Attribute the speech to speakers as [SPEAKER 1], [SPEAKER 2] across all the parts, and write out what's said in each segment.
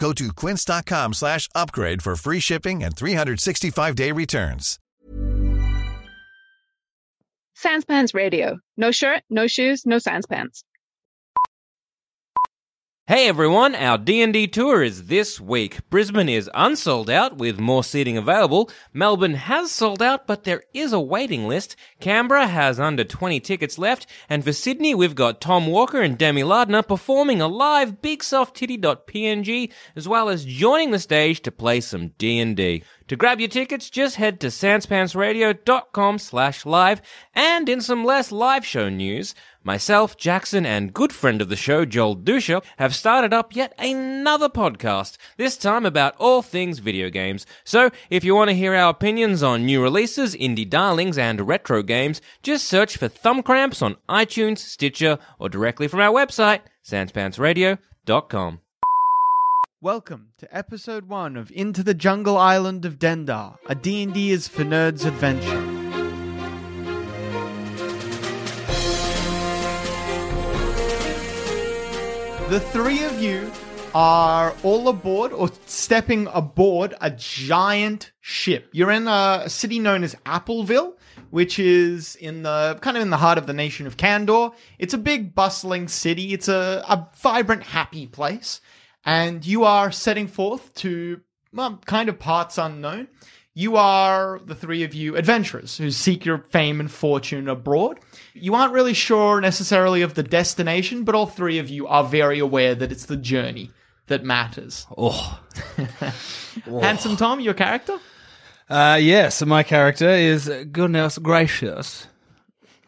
[SPEAKER 1] Go to quince.com slash upgrade for free shipping and 365-day returns.
[SPEAKER 2] Sanspans Radio. No shirt, no shoes, no sanspans.
[SPEAKER 3] Hey everyone, our D&D tour is this week. Brisbane is unsold out with more seating available. Melbourne has sold out, but there is a waiting list. Canberra has under 20 tickets left, and for Sydney, we've got Tom Walker and Demi Lardner performing a live bigsoftitty.png as well as joining the stage to play some D&D. To grab your tickets, just head to sanspantsradio.com slash live. And in some less live show news, myself, Jackson, and good friend of the show, Joel Dusha, have started up yet another podcast, this time about all things video games. So if you want to hear our opinions on new releases, indie darlings, and retro games, just search for Thumb Cramps on iTunes, Stitcher, or directly from our website, sanspantsradio.com.
[SPEAKER 4] Welcome to episode 1 of Into the Jungle Island of Dendar, a D&D is for nerds adventure. The three of you are all aboard or stepping aboard a giant ship. You're in a city known as Appleville, which is in the kind of in the heart of the nation of Kandor. It's a big bustling city. It's a, a vibrant, happy place and you are setting forth to well, kind of parts unknown. You are the three of you adventurers who seek your fame and fortune abroad. You aren't really sure necessarily of the destination, but all three of you are very aware that it's the journey that matters.
[SPEAKER 5] Oh.
[SPEAKER 4] Handsome Tom, your character?
[SPEAKER 5] Uh, yes, my character is uh, goodness gracious.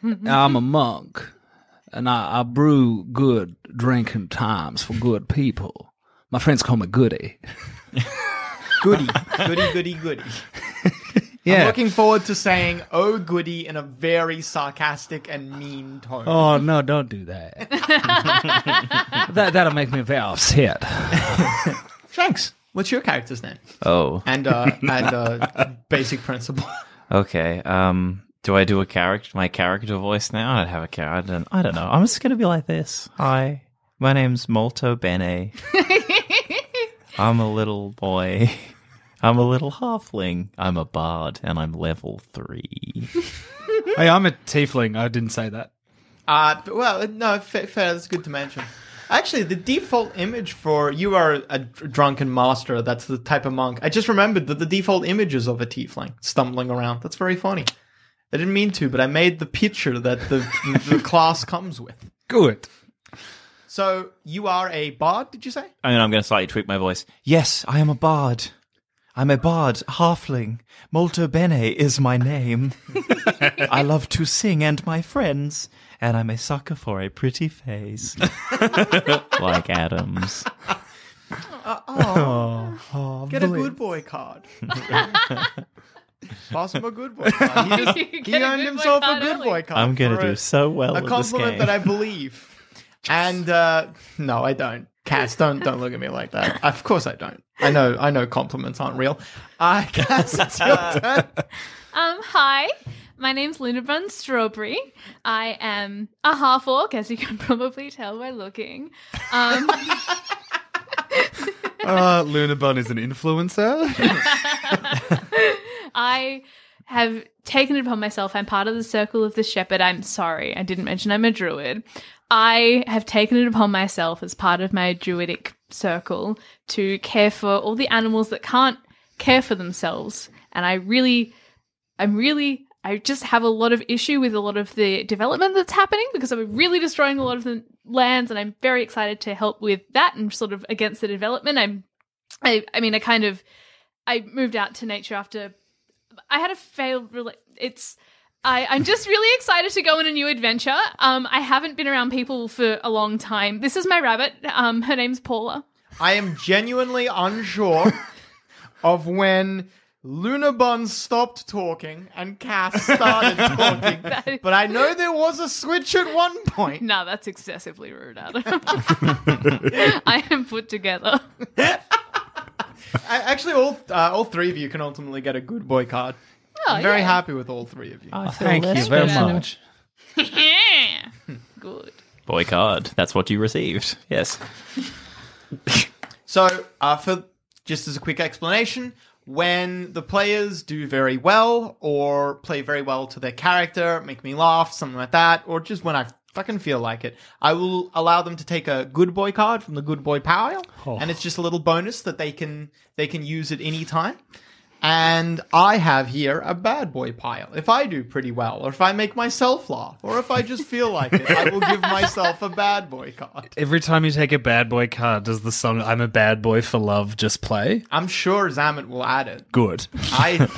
[SPEAKER 4] Mm-hmm.
[SPEAKER 5] I'm a monk, and I, I brew good drinking times for good people. My friends call me Goody.
[SPEAKER 4] Goody, goody, goody, goody. I'm
[SPEAKER 5] Yeah.
[SPEAKER 4] looking forward to saying "Oh, goody" in a very sarcastic and mean tone.
[SPEAKER 5] Oh no! Don't do that. that that'll make me very upset.
[SPEAKER 4] Shanks, what's your character's name?
[SPEAKER 6] Oh,
[SPEAKER 4] And uh, and uh, basic principle.
[SPEAKER 6] okay. Um, do I do a character, my character voice now? I'd have a character. I don't, I don't know. I'm just gonna be like this. Hi, my name's Molto Bene. I'm a little boy. I'm a little halfling. I'm a bard, and I'm level three.
[SPEAKER 5] hey, I'm a tiefling. I didn't say that.
[SPEAKER 4] Uh, but- well, no, fair, fair. That's good to mention. Actually, the default image for you are a dr- drunken master. That's the type of monk. I just remembered that the default image is of a tiefling stumbling around. That's very funny. I didn't mean to, but I made the picture that the, the class comes with.
[SPEAKER 5] Good.
[SPEAKER 4] So you are a bard, did you say?
[SPEAKER 6] I mean, I'm gonna slightly tweak my voice. Yes, I am a bard. I'm a bard, halfling. Molto Bene is my name. I love to sing and my friends, and I'm a sucker for a pretty face. like Adams.
[SPEAKER 4] Uh,
[SPEAKER 6] Oh,
[SPEAKER 4] Get a good boy card. Pass him a good boy card. He, just, he
[SPEAKER 2] a good
[SPEAKER 4] earned
[SPEAKER 2] boy
[SPEAKER 4] himself a
[SPEAKER 2] card
[SPEAKER 4] good
[SPEAKER 2] early.
[SPEAKER 4] boy card.
[SPEAKER 6] I'm gonna
[SPEAKER 4] for
[SPEAKER 6] do
[SPEAKER 4] it.
[SPEAKER 6] so well
[SPEAKER 4] a
[SPEAKER 6] at this game.
[SPEAKER 4] compliment that I believe. And uh, no, I don't. Cass, don't don't look at me like that. Of course I don't. I know I know compliments aren't real. Uh, Cass, it's your turn.
[SPEAKER 2] Um, hi, my name's Lunabun Strawberry. I am a half orc, as you can probably tell by looking. Um,
[SPEAKER 4] Ah,
[SPEAKER 5] Uh, Luna Bun is an influencer.
[SPEAKER 2] I have taken it upon myself. I'm part of the circle of the shepherd. I'm sorry, I didn't mention I'm a druid. I have taken it upon myself as part of my druidic circle to care for all the animals that can't care for themselves. And I really I'm really, I just have a lot of issue with a lot of the development that's happening because I'm really destroying a lot of the lands, and I'm very excited to help with that and sort of against the development. I'm, I, I mean, I kind of, I moved out to nature after I had a failed. Rela- it's I, I'm just really excited to go on a new adventure. Um, I haven't been around people for a long time. This is my rabbit. Um, her name's Paula.
[SPEAKER 4] I am genuinely unsure of when Lunabun stopped talking and Cass started talking, but I know there was a switch at one point.
[SPEAKER 2] No, that's excessively rude, Adam. I am put together.
[SPEAKER 4] I, actually, all uh, all three of you can ultimately get a good boy card.
[SPEAKER 2] Oh,
[SPEAKER 4] I'm very
[SPEAKER 2] yeah.
[SPEAKER 4] happy with all three of you.
[SPEAKER 5] Oh, Thank you very
[SPEAKER 4] Oh.
[SPEAKER 5] much.
[SPEAKER 2] Yeah. Good.
[SPEAKER 6] Boy card. That's what you received. Yes.
[SPEAKER 4] So, uh, for just as a quick explanation, when the players do very well or play very well to their character, make me laugh, something like that, or just when I fucking feel like it, I will allow them to take a good boy card from the good boy pile, and it's just a little bonus that they can they can use at any time. And I have here a bad boy pile. If I do pretty well, or if I make myself laugh, or if I just feel like it, I will give myself a bad boy card.
[SPEAKER 5] Every time you take a bad boy card, does the song I'm a bad boy for love just play?
[SPEAKER 4] I'm sure Zamet will add it.
[SPEAKER 5] Good.
[SPEAKER 4] I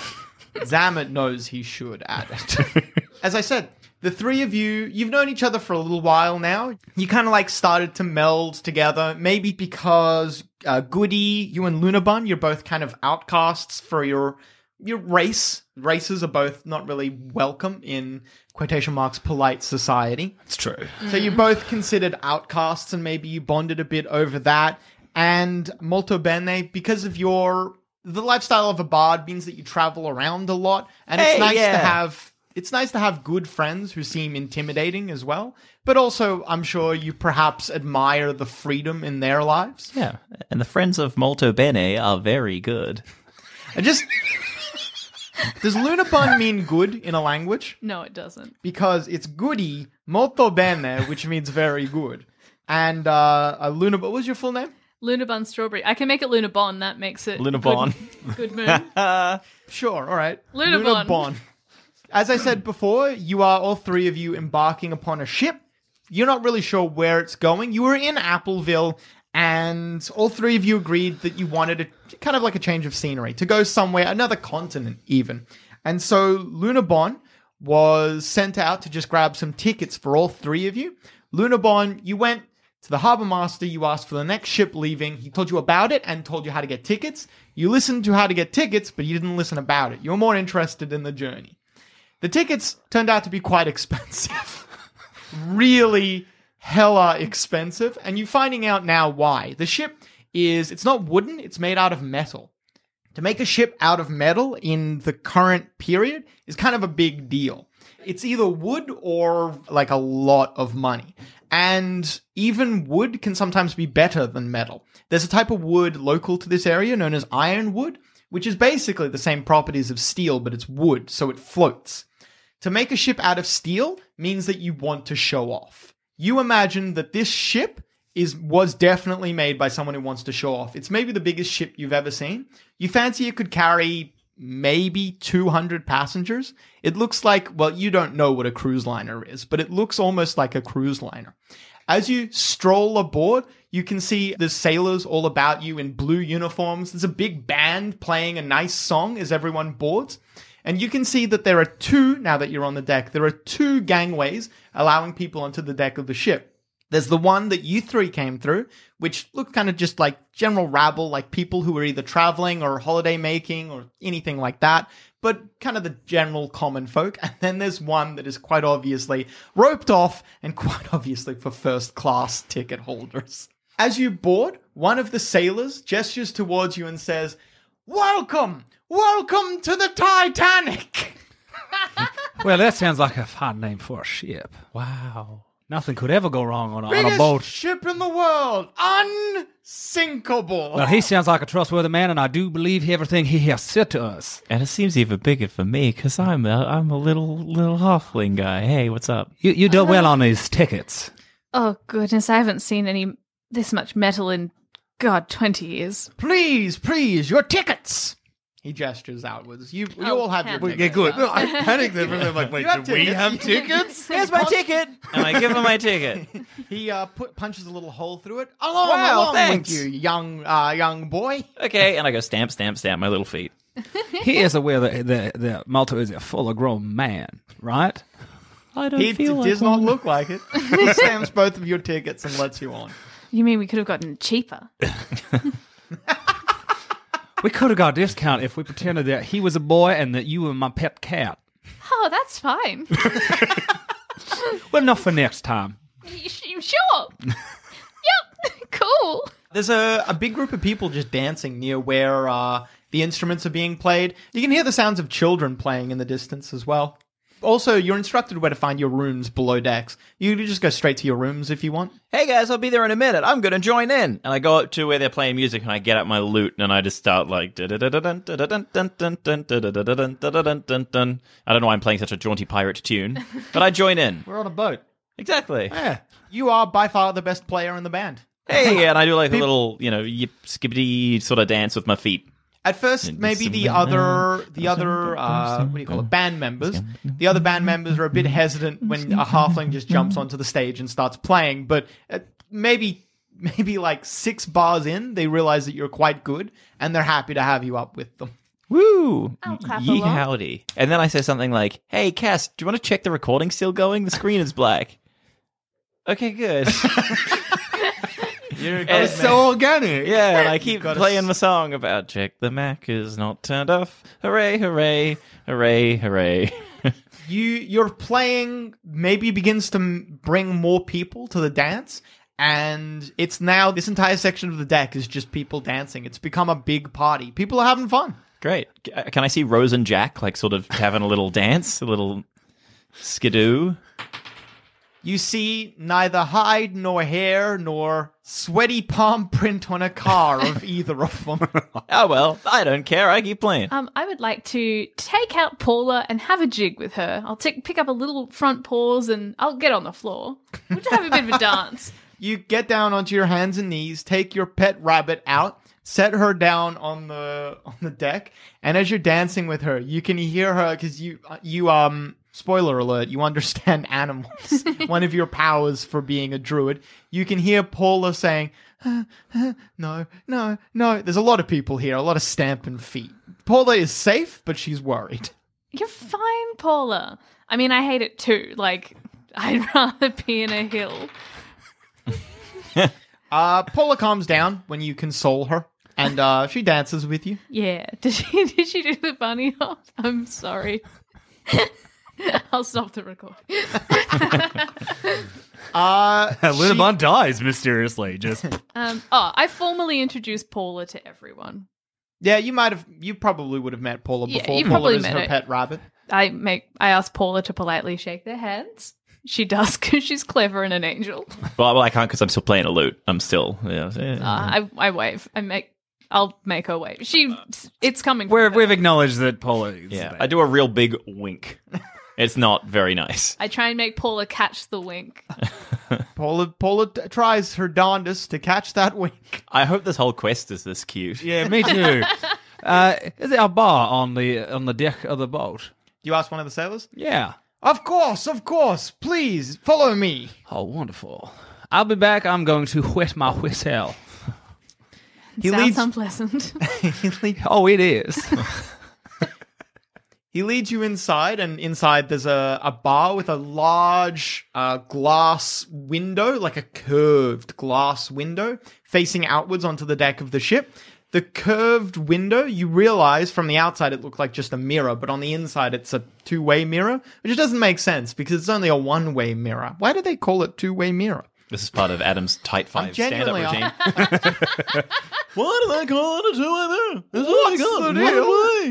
[SPEAKER 4] Zamet knows he should add it. As I said, the three of you, you've known each other for a little while now. You kind of like started to meld together, maybe because uh, Goody, you and Lunabun, you're both kind of outcasts for your your race. Races are both not really welcome in quotation marks polite society.
[SPEAKER 5] It's true.
[SPEAKER 4] So you both considered outcasts, and maybe you bonded a bit over that. And molto bene, because of your the lifestyle of a bard means that you travel around a lot, and it's nice to have it's nice to have good friends who seem intimidating as well. But also, I'm sure you perhaps admire the freedom in their lives.
[SPEAKER 6] Yeah. And the friends of Molto Bene are very good.
[SPEAKER 4] I just does lunabun mean good in a language?
[SPEAKER 2] No, it doesn't.
[SPEAKER 4] because it's goody molto bene, which means very good. And uh, a Luna, what was your full name?
[SPEAKER 2] Luna Bun Strawberry. I can make it Luna Bon. That makes it
[SPEAKER 6] Luna
[SPEAKER 2] good-
[SPEAKER 6] Bon.
[SPEAKER 2] Good, moon.
[SPEAKER 4] Sure, all right,
[SPEAKER 2] Luna Bon.
[SPEAKER 4] Bon. As I said before, you are all three of you embarking upon a ship. You're not really sure where it's going. You were in Appleville, and all three of you agreed that you wanted a kind of like a change of scenery to go somewhere, another continent, even. And so Luna Bon was sent out to just grab some tickets for all three of you. Luna Bon, you went to the harbor master, you asked for the next ship leaving. He told you about it and told you how to get tickets. You listened to how to get tickets, but you didn't listen about it. You were more interested in the journey. The tickets turned out to be quite expensive. really hella expensive. And you're finding out now why. The ship is, it's not wooden, it's made out of metal. To make a ship out of metal in the current period is kind of a big deal. It's either wood or like a lot of money. And even wood can sometimes be better than metal. There's a type of wood local to this area known as ironwood, which is basically the same properties of steel, but it's wood, so it floats. To make a ship out of steel means that you want to show off. You imagine that this ship is was definitely made by someone who wants to show off. It's maybe the biggest ship you've ever seen. You fancy it could carry maybe 200 passengers. It looks like, well, you don't know what a cruise liner is, but it looks almost like a cruise liner. As you stroll aboard, you can see the sailors all about you in blue uniforms. There's a big band playing a nice song as everyone boards. And you can see that there are two, now that you're on the deck, there are two gangways allowing people onto the deck of the ship. There's the one that you three came through, which looked kind of just like general rabble, like people who were either traveling or holiday making or anything like that, but kind of the general common folk. And then there's one that is quite obviously roped off and quite obviously for first class ticket holders. As you board, one of the sailors gestures towards you and says, Welcome! Welcome to the Titanic!
[SPEAKER 5] Well, that sounds like a fun name for a ship.
[SPEAKER 6] Wow.
[SPEAKER 5] Nothing could ever go wrong on a, on a
[SPEAKER 4] Biggest
[SPEAKER 5] boat.
[SPEAKER 4] ship in the world! Unsinkable!
[SPEAKER 5] Well, he sounds like a trustworthy man, and I do believe everything he has said to us.
[SPEAKER 6] And it seems even bigger for me because I'm a, I'm a little little halfling guy. Hey, what's up?
[SPEAKER 5] You, you do well on these tickets.
[SPEAKER 2] Oh goodness, I haven't seen any this much metal in God twenty years.
[SPEAKER 4] Please, please, your tickets! He gestures outwards. You you
[SPEAKER 2] Oh,
[SPEAKER 4] all have your
[SPEAKER 2] hand. We-
[SPEAKER 4] tickets.
[SPEAKER 2] good.
[SPEAKER 7] No, I panicked there for a minute. I'm like, wait,
[SPEAKER 4] You have
[SPEAKER 7] do we
[SPEAKER 4] tickets.
[SPEAKER 7] have tickets?
[SPEAKER 6] Here's my ticket. And I give him my ticket.
[SPEAKER 4] He uh, put punches a little hole through it. Along,
[SPEAKER 6] Wow,
[SPEAKER 4] along
[SPEAKER 6] thanks.
[SPEAKER 4] with you, young uh, young boy.
[SPEAKER 6] Okay. And I go stamp, stamp, stamp my little feet.
[SPEAKER 5] He is aware that that, that Malto is a full grown man, right?
[SPEAKER 6] I don't
[SPEAKER 4] He d- does not look like it. he stamps both of your tickets and lets you on.
[SPEAKER 2] You mean we could have gotten cheaper?
[SPEAKER 5] We could have got a discount if we pretended that he was a boy and that you were my pet cat.
[SPEAKER 2] Oh, that's fine.
[SPEAKER 5] Well, not for next time.
[SPEAKER 2] Y- sh- sure. yep. Cool.
[SPEAKER 4] There's a, a big group of people just dancing near where uh, the instruments are being played. You can hear the sounds of children playing in the distance as well. Also, you're instructed where to find your rooms below decks. You can just go straight to your rooms if you want.
[SPEAKER 6] Hey guys, I'll be there in a minute. I'm gonna join in. And I go up to where they're playing music and I get out my lute and I just start like dun dun dun dun dun dun dun dun dun dun dun dun dun dun. I don't know why I'm playing such a jaunty pirate tune, but I join in.
[SPEAKER 4] We're on a boat.
[SPEAKER 6] Exactly.
[SPEAKER 4] Yeah. You are by far the best player in the band.
[SPEAKER 6] Hey, and I do like a little, you know, yip skibbity sort of dance with my feet.
[SPEAKER 4] At first, maybe the other, the other, uh, what do you call it, band members. The other band members are a bit hesitant when a halfling just jumps onto the stage and starts playing. But uh, maybe, maybe like six bars in, they realize that you're quite good, and they're happy to have you up with them.
[SPEAKER 6] Woo!
[SPEAKER 2] I'll clap
[SPEAKER 6] Yee
[SPEAKER 2] along.
[SPEAKER 6] howdy. And then I say something like, Hey Cass, do you want to check the recording still going? The screen is black. Okay, good.
[SPEAKER 4] You're
[SPEAKER 6] good
[SPEAKER 4] so
[SPEAKER 7] So organic.
[SPEAKER 6] Yeah, and I keep
[SPEAKER 4] gotta
[SPEAKER 6] playing
[SPEAKER 4] s-
[SPEAKER 6] my song about check the Mac is not turned off. Hooray, hooray, hooray, hooray.
[SPEAKER 4] you your playing maybe begins to m- bring more people to the dance and it's now this entire section of the deck is just people dancing it's become a big party people are having fun
[SPEAKER 6] Great. C- uh, Can I see Rose and Jack like sort of having a little dance, a little skidoo?
[SPEAKER 4] you see neither hide nor hair nor sweaty palm print on a car of either of them
[SPEAKER 6] Oh well, I don't care. I keep playing.
[SPEAKER 2] Um, I would like to take out Paula and have a jig with her. I'll take pick up a little front paws and I'll get on the floor. We'll just have a bit of a dance.
[SPEAKER 4] you get down onto your hands and knees, take your pet rabbit out, set her down on the on the deck, and as you're dancing with her, you can hear her because you you um spoiler alert, you understand animals. One of your powers for being a druid, you can hear Paula saying, "Uh, uh, "No, no, no." There's a lot of people here, a lot of stamping feet. Paula is safe, but she's worried.
[SPEAKER 2] You're fine, Paula. I mean, I hate it too. Like, I'd rather be in a hill.
[SPEAKER 4] Uh, Paula calms down when you console her, and uh, she dances with you.
[SPEAKER 2] Yeah. Did she did she do the bunny hop? I'm sorry. I'll stop the record.
[SPEAKER 4] Uh, she-
[SPEAKER 7] Linamon dies mysteriously. Just
[SPEAKER 2] Um, oh, I formally introduced Paula to everyone.
[SPEAKER 4] Yeah, you might have. You probably would have met Paula
[SPEAKER 2] Yeah,
[SPEAKER 4] before.
[SPEAKER 2] you
[SPEAKER 4] Paula
[SPEAKER 2] probably
[SPEAKER 4] is
[SPEAKER 2] met
[SPEAKER 4] her
[SPEAKER 2] her.
[SPEAKER 4] pet rabbit.
[SPEAKER 2] I make I asked Paula to politely shake their hands. She does because she's clever and an angel.
[SPEAKER 6] Well, well I can't because I'm still playing a lute. I'm still. Yeah,
[SPEAKER 2] Uh, I I wave. I make. I'll make her wave. She. It's coming. from
[SPEAKER 5] We're,
[SPEAKER 2] her.
[SPEAKER 5] we've acknowledged that Paula is
[SPEAKER 6] yeah.
[SPEAKER 5] there.
[SPEAKER 6] I do a real big wink. It's not very nice.
[SPEAKER 2] I try and make Paula catch the wink.
[SPEAKER 4] Paula Paula t- tries her darndest to catch that wink.
[SPEAKER 6] I hope this whole quest is this cute.
[SPEAKER 5] Yeah, me too. uh, is there a bar on the on the deck of the boat?
[SPEAKER 4] You ask one of the sailors.
[SPEAKER 5] Yeah.
[SPEAKER 4] Of course, of course. Please follow me.
[SPEAKER 5] Oh, wonderful. I'll be back. I'm going to wet my whistle.
[SPEAKER 4] He
[SPEAKER 2] Sounds
[SPEAKER 4] leads.
[SPEAKER 2] unpleasant.
[SPEAKER 4] he, lead-
[SPEAKER 5] Oh, it is.
[SPEAKER 4] he leads you inside, and inside there's a, a bar with a large uh, glass window, like a curved glass window, facing outwards onto the deck of the ship. The curved window, you realize from the outside it looked like just a mirror, but on the inside it's a two way mirror, which doesn't make sense because it's only a one way mirror. Why do they call it two way mirror?
[SPEAKER 6] This is part of Adam's tight five stand up
[SPEAKER 4] genuinely-
[SPEAKER 6] routine. what are they calling it? Who are they? It's
[SPEAKER 4] What's
[SPEAKER 6] all
[SPEAKER 4] the
[SPEAKER 6] I got. What
[SPEAKER 4] deal?
[SPEAKER 6] am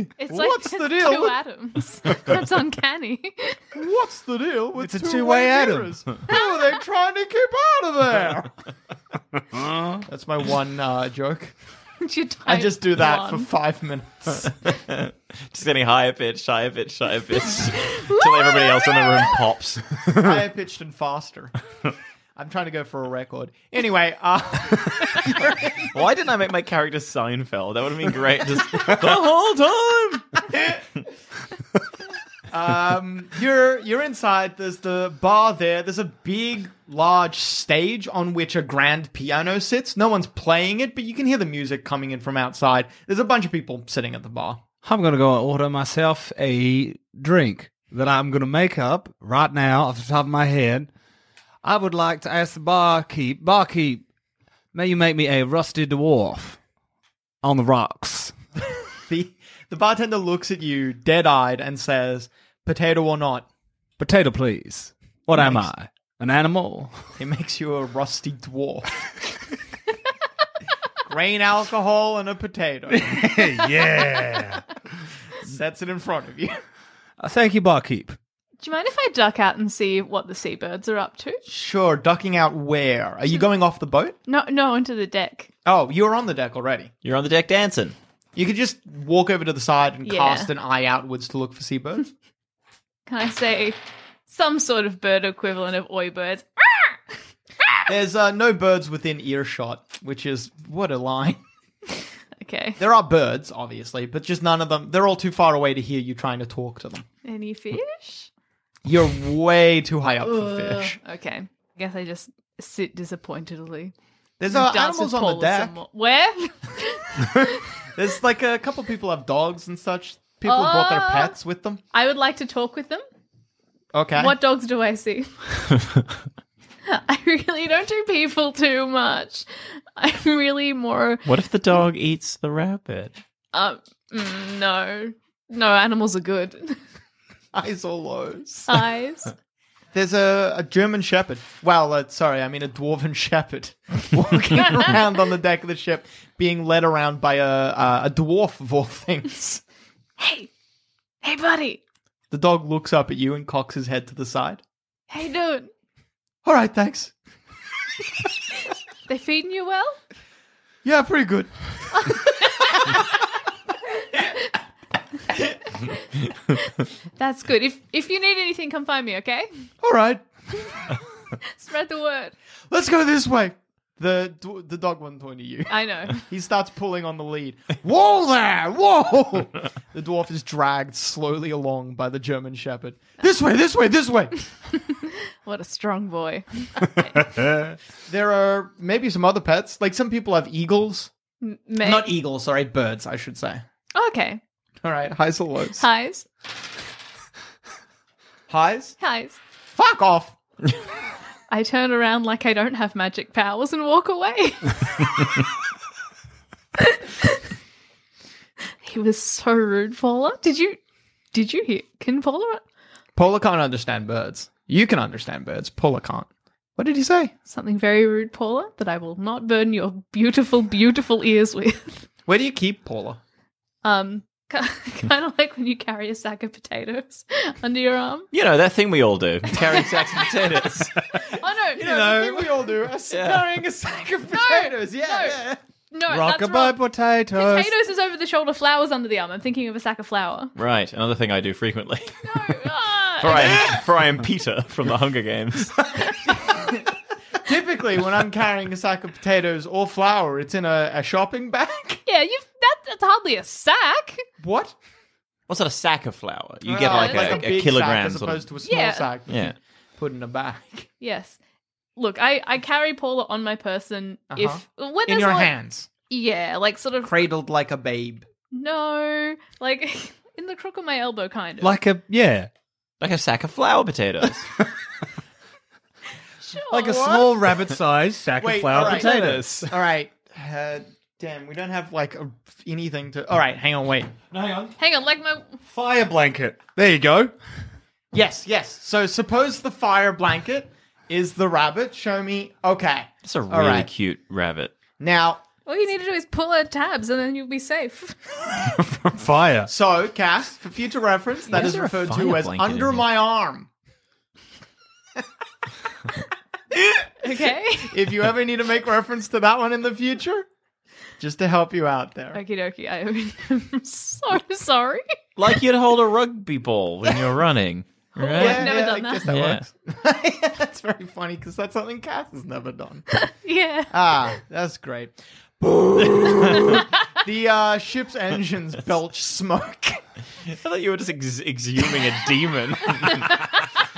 [SPEAKER 6] I?
[SPEAKER 2] It's
[SPEAKER 4] What's
[SPEAKER 2] like
[SPEAKER 4] the deal?
[SPEAKER 2] two atoms. That's uncanny.
[SPEAKER 4] What's the deal with
[SPEAKER 7] It's a
[SPEAKER 4] two-way
[SPEAKER 7] two-way atom.
[SPEAKER 4] mirrors? Who are they trying to keep out of there? That's my one uh, joke.
[SPEAKER 2] She
[SPEAKER 4] I
[SPEAKER 2] typed
[SPEAKER 4] just do that for
[SPEAKER 2] one.
[SPEAKER 4] five minutes.
[SPEAKER 6] Just getting higher pitch, higher pitch, higher pitch. Till everybody else in the room pops.
[SPEAKER 4] Higher pitched and faster. I'm trying to go for a record. Anyway, uh,
[SPEAKER 6] Why didn't I make my character Seinfeld? That would have been great. Just the whole time.
[SPEAKER 4] um, you're you're inside. There's the bar there. There's a big, large stage on which a grand piano sits. No one's playing it, but you can hear the music coming in from outside. There's a bunch of people sitting at the bar.
[SPEAKER 5] I'm going to go and order myself a drink that I'm going to make up right now off the top of my head. I would like to ask the barkeep, barkeep, may you make me a rusty dwarf on the rocks.
[SPEAKER 4] The the bartender looks at you dead eyed and says, "Potato or not?"
[SPEAKER 5] Potato, please. What am I? An animal?
[SPEAKER 4] It makes you a rusty dwarf. Grain alcohol and a potato.
[SPEAKER 7] yeah.
[SPEAKER 4] Sets it in front of you.
[SPEAKER 5] Uh, thank you, barkeep.
[SPEAKER 2] Do you mind if I duck out and see what the seabirds are up to?
[SPEAKER 4] Sure, ducking out where? Are you going off the boat?
[SPEAKER 2] No, no, onto the deck.
[SPEAKER 4] Oh, you're on the deck already.
[SPEAKER 6] You're on the deck dancing.
[SPEAKER 4] You could just walk over to the side and
[SPEAKER 2] Yeah.
[SPEAKER 4] cast an eye outwards to look for seabirds.
[SPEAKER 2] Can I say some sort of bird equivalent of oi birds?
[SPEAKER 4] There's uh, no birds within earshot, which is what a line.
[SPEAKER 2] Okay.
[SPEAKER 4] There are birds, obviously, but just none of them. They're all too far away to hear you trying to talk to them.
[SPEAKER 2] Any fish?
[SPEAKER 4] You're way too high up for fish.
[SPEAKER 2] Okay. I guess I just sit disappointedly.
[SPEAKER 4] There's uh,
[SPEAKER 2] Dance with
[SPEAKER 4] animals on the
[SPEAKER 2] Paul
[SPEAKER 4] deck.
[SPEAKER 2] some more- Where?
[SPEAKER 4] There's like a couple people have dogs and such. People have brought their
[SPEAKER 2] Oh.
[SPEAKER 4] pets with them.
[SPEAKER 2] I would like to talk with them.
[SPEAKER 4] Okay.
[SPEAKER 2] What dogs do I see? I really don't do people too much. I'm really more
[SPEAKER 6] What if the dog eats the rabbit?
[SPEAKER 2] um mm, no. No, animals are good.
[SPEAKER 4] Highs or lows?
[SPEAKER 2] Eyes.
[SPEAKER 4] There's a, a German shepherd. Well, uh, sorry, I mean a dwarven shepherd walking around on the deck of the ship, being led around by a uh, a dwarf of all things.
[SPEAKER 2] Hey. Hey buddy.
[SPEAKER 4] The dog looks up at you and cocks his head to the side.
[SPEAKER 2] Hey dude.
[SPEAKER 4] All right, thanks.
[SPEAKER 2] They feeding you well?
[SPEAKER 4] Yeah, pretty good.
[SPEAKER 2] That's good. If if you need anything, come find me, okay?
[SPEAKER 4] All right,
[SPEAKER 2] Spread the word.
[SPEAKER 4] let's go this way. The dw- the dog wasn't talking to you.
[SPEAKER 2] I know.
[SPEAKER 4] He starts pulling on the lead. Whoa there! Whoa! the dwarf is dragged slowly along by the German shepherd. This way, this way, this way!
[SPEAKER 2] What a strong boy.
[SPEAKER 4] There are maybe some other pets. Like some people have eagles.
[SPEAKER 2] M- May-
[SPEAKER 4] Not eagles, sorry, birds, I should say.
[SPEAKER 2] okay.
[SPEAKER 4] All right, highs or lows?
[SPEAKER 2] Highs.
[SPEAKER 4] Highs?
[SPEAKER 2] Highs.
[SPEAKER 4] Fuck off!
[SPEAKER 2] I turn around like I don't have magic powers and walk away. he was so rude, Paula. Did you did you hear can Paula
[SPEAKER 4] Polar can't understand birds. You can understand birds. Polar can't. What did he say?
[SPEAKER 2] something very rude, Paula, that I will not burn your beautiful, beautiful ears with.
[SPEAKER 4] Where do you keep Paula?
[SPEAKER 2] Um kind of like when you carry a sack of potatoes under your arm.
[SPEAKER 6] You know that thing we all do: carrying sacks of potatoes.
[SPEAKER 2] Oh no,
[SPEAKER 4] You
[SPEAKER 2] no,
[SPEAKER 4] know, the thing we all do. Us
[SPEAKER 6] Yeah.
[SPEAKER 4] Carrying a sack of potatoes. yeah,
[SPEAKER 2] no.
[SPEAKER 4] yeah.
[SPEAKER 2] no, that's
[SPEAKER 5] Rockabye
[SPEAKER 2] wrong.
[SPEAKER 5] potatoes.
[SPEAKER 2] Potatoes is over the shoulder, flowers under the arm. I'm thinking of a sack of flour.
[SPEAKER 6] right, another thing I do frequently.
[SPEAKER 2] No, ah!
[SPEAKER 6] For I am, for I am Peter from the Hunger Games.
[SPEAKER 4] Typically, when I'm carrying a sack of potatoes or flour, it's in a, a shopping bag.
[SPEAKER 2] Yeah, you've that, that's hardly a sack.
[SPEAKER 4] What?
[SPEAKER 6] What's that? A sack of flour? You get
[SPEAKER 4] Uh,
[SPEAKER 6] like,
[SPEAKER 2] like
[SPEAKER 6] a,
[SPEAKER 2] a
[SPEAKER 6] a,
[SPEAKER 4] big
[SPEAKER 6] kilogram.
[SPEAKER 4] sack as
[SPEAKER 6] sort of-
[SPEAKER 4] opposed to a small
[SPEAKER 2] Yeah.
[SPEAKER 4] sack. that
[SPEAKER 6] Yeah.
[SPEAKER 4] you Put in a bag.
[SPEAKER 2] Yes. Look, I, I carry Paula on my person if when
[SPEAKER 4] Uh-huh. in
[SPEAKER 2] there's
[SPEAKER 4] your
[SPEAKER 2] like,
[SPEAKER 4] hands,
[SPEAKER 2] Yeah, like sort of
[SPEAKER 4] cradled like a babe.
[SPEAKER 2] no, like in the crook of my elbow, kind of.
[SPEAKER 5] Like a, yeah,
[SPEAKER 6] like a sack of flour potatoes.
[SPEAKER 2] sure.
[SPEAKER 5] like a small rabbit sized sack
[SPEAKER 4] Wait,
[SPEAKER 5] of flour
[SPEAKER 4] alright.
[SPEAKER 5] potatoes.
[SPEAKER 4] All right. Uh, damn, we don't have like a, anything to. All right, hang on, wait.
[SPEAKER 2] Hang on, like my
[SPEAKER 7] Fire blanket. There you go.
[SPEAKER 4] Yes, yes. So suppose the fire blanket is the rabbit. Show me. Okay.
[SPEAKER 6] It's a
[SPEAKER 4] All
[SPEAKER 6] really
[SPEAKER 4] right.
[SPEAKER 6] cute rabbit.
[SPEAKER 4] Now,
[SPEAKER 2] all you need to do is pull her tabs and then you'll be safe.
[SPEAKER 7] Fire.
[SPEAKER 4] so Cass, for future reference, that
[SPEAKER 6] Why is
[SPEAKER 4] is
[SPEAKER 6] there a
[SPEAKER 4] referred to
[SPEAKER 6] fire
[SPEAKER 4] as
[SPEAKER 6] blanket in
[SPEAKER 4] under
[SPEAKER 6] here?
[SPEAKER 4] my arm.
[SPEAKER 2] Okay.
[SPEAKER 4] if you ever need to make reference to that one in the future, just to help you out there.
[SPEAKER 2] Okie dokie. I am so sorry.
[SPEAKER 6] Like you'd hold a rugby ball when you're running. Right?
[SPEAKER 2] I've never done
[SPEAKER 4] I guess
[SPEAKER 2] that.
[SPEAKER 4] works. that's very funny because that's something Cass has never done.
[SPEAKER 2] Yeah.
[SPEAKER 4] Ah, that's great. the uh, ship's engines belch smoke.
[SPEAKER 6] I thought you were just ex- exhuming a demon.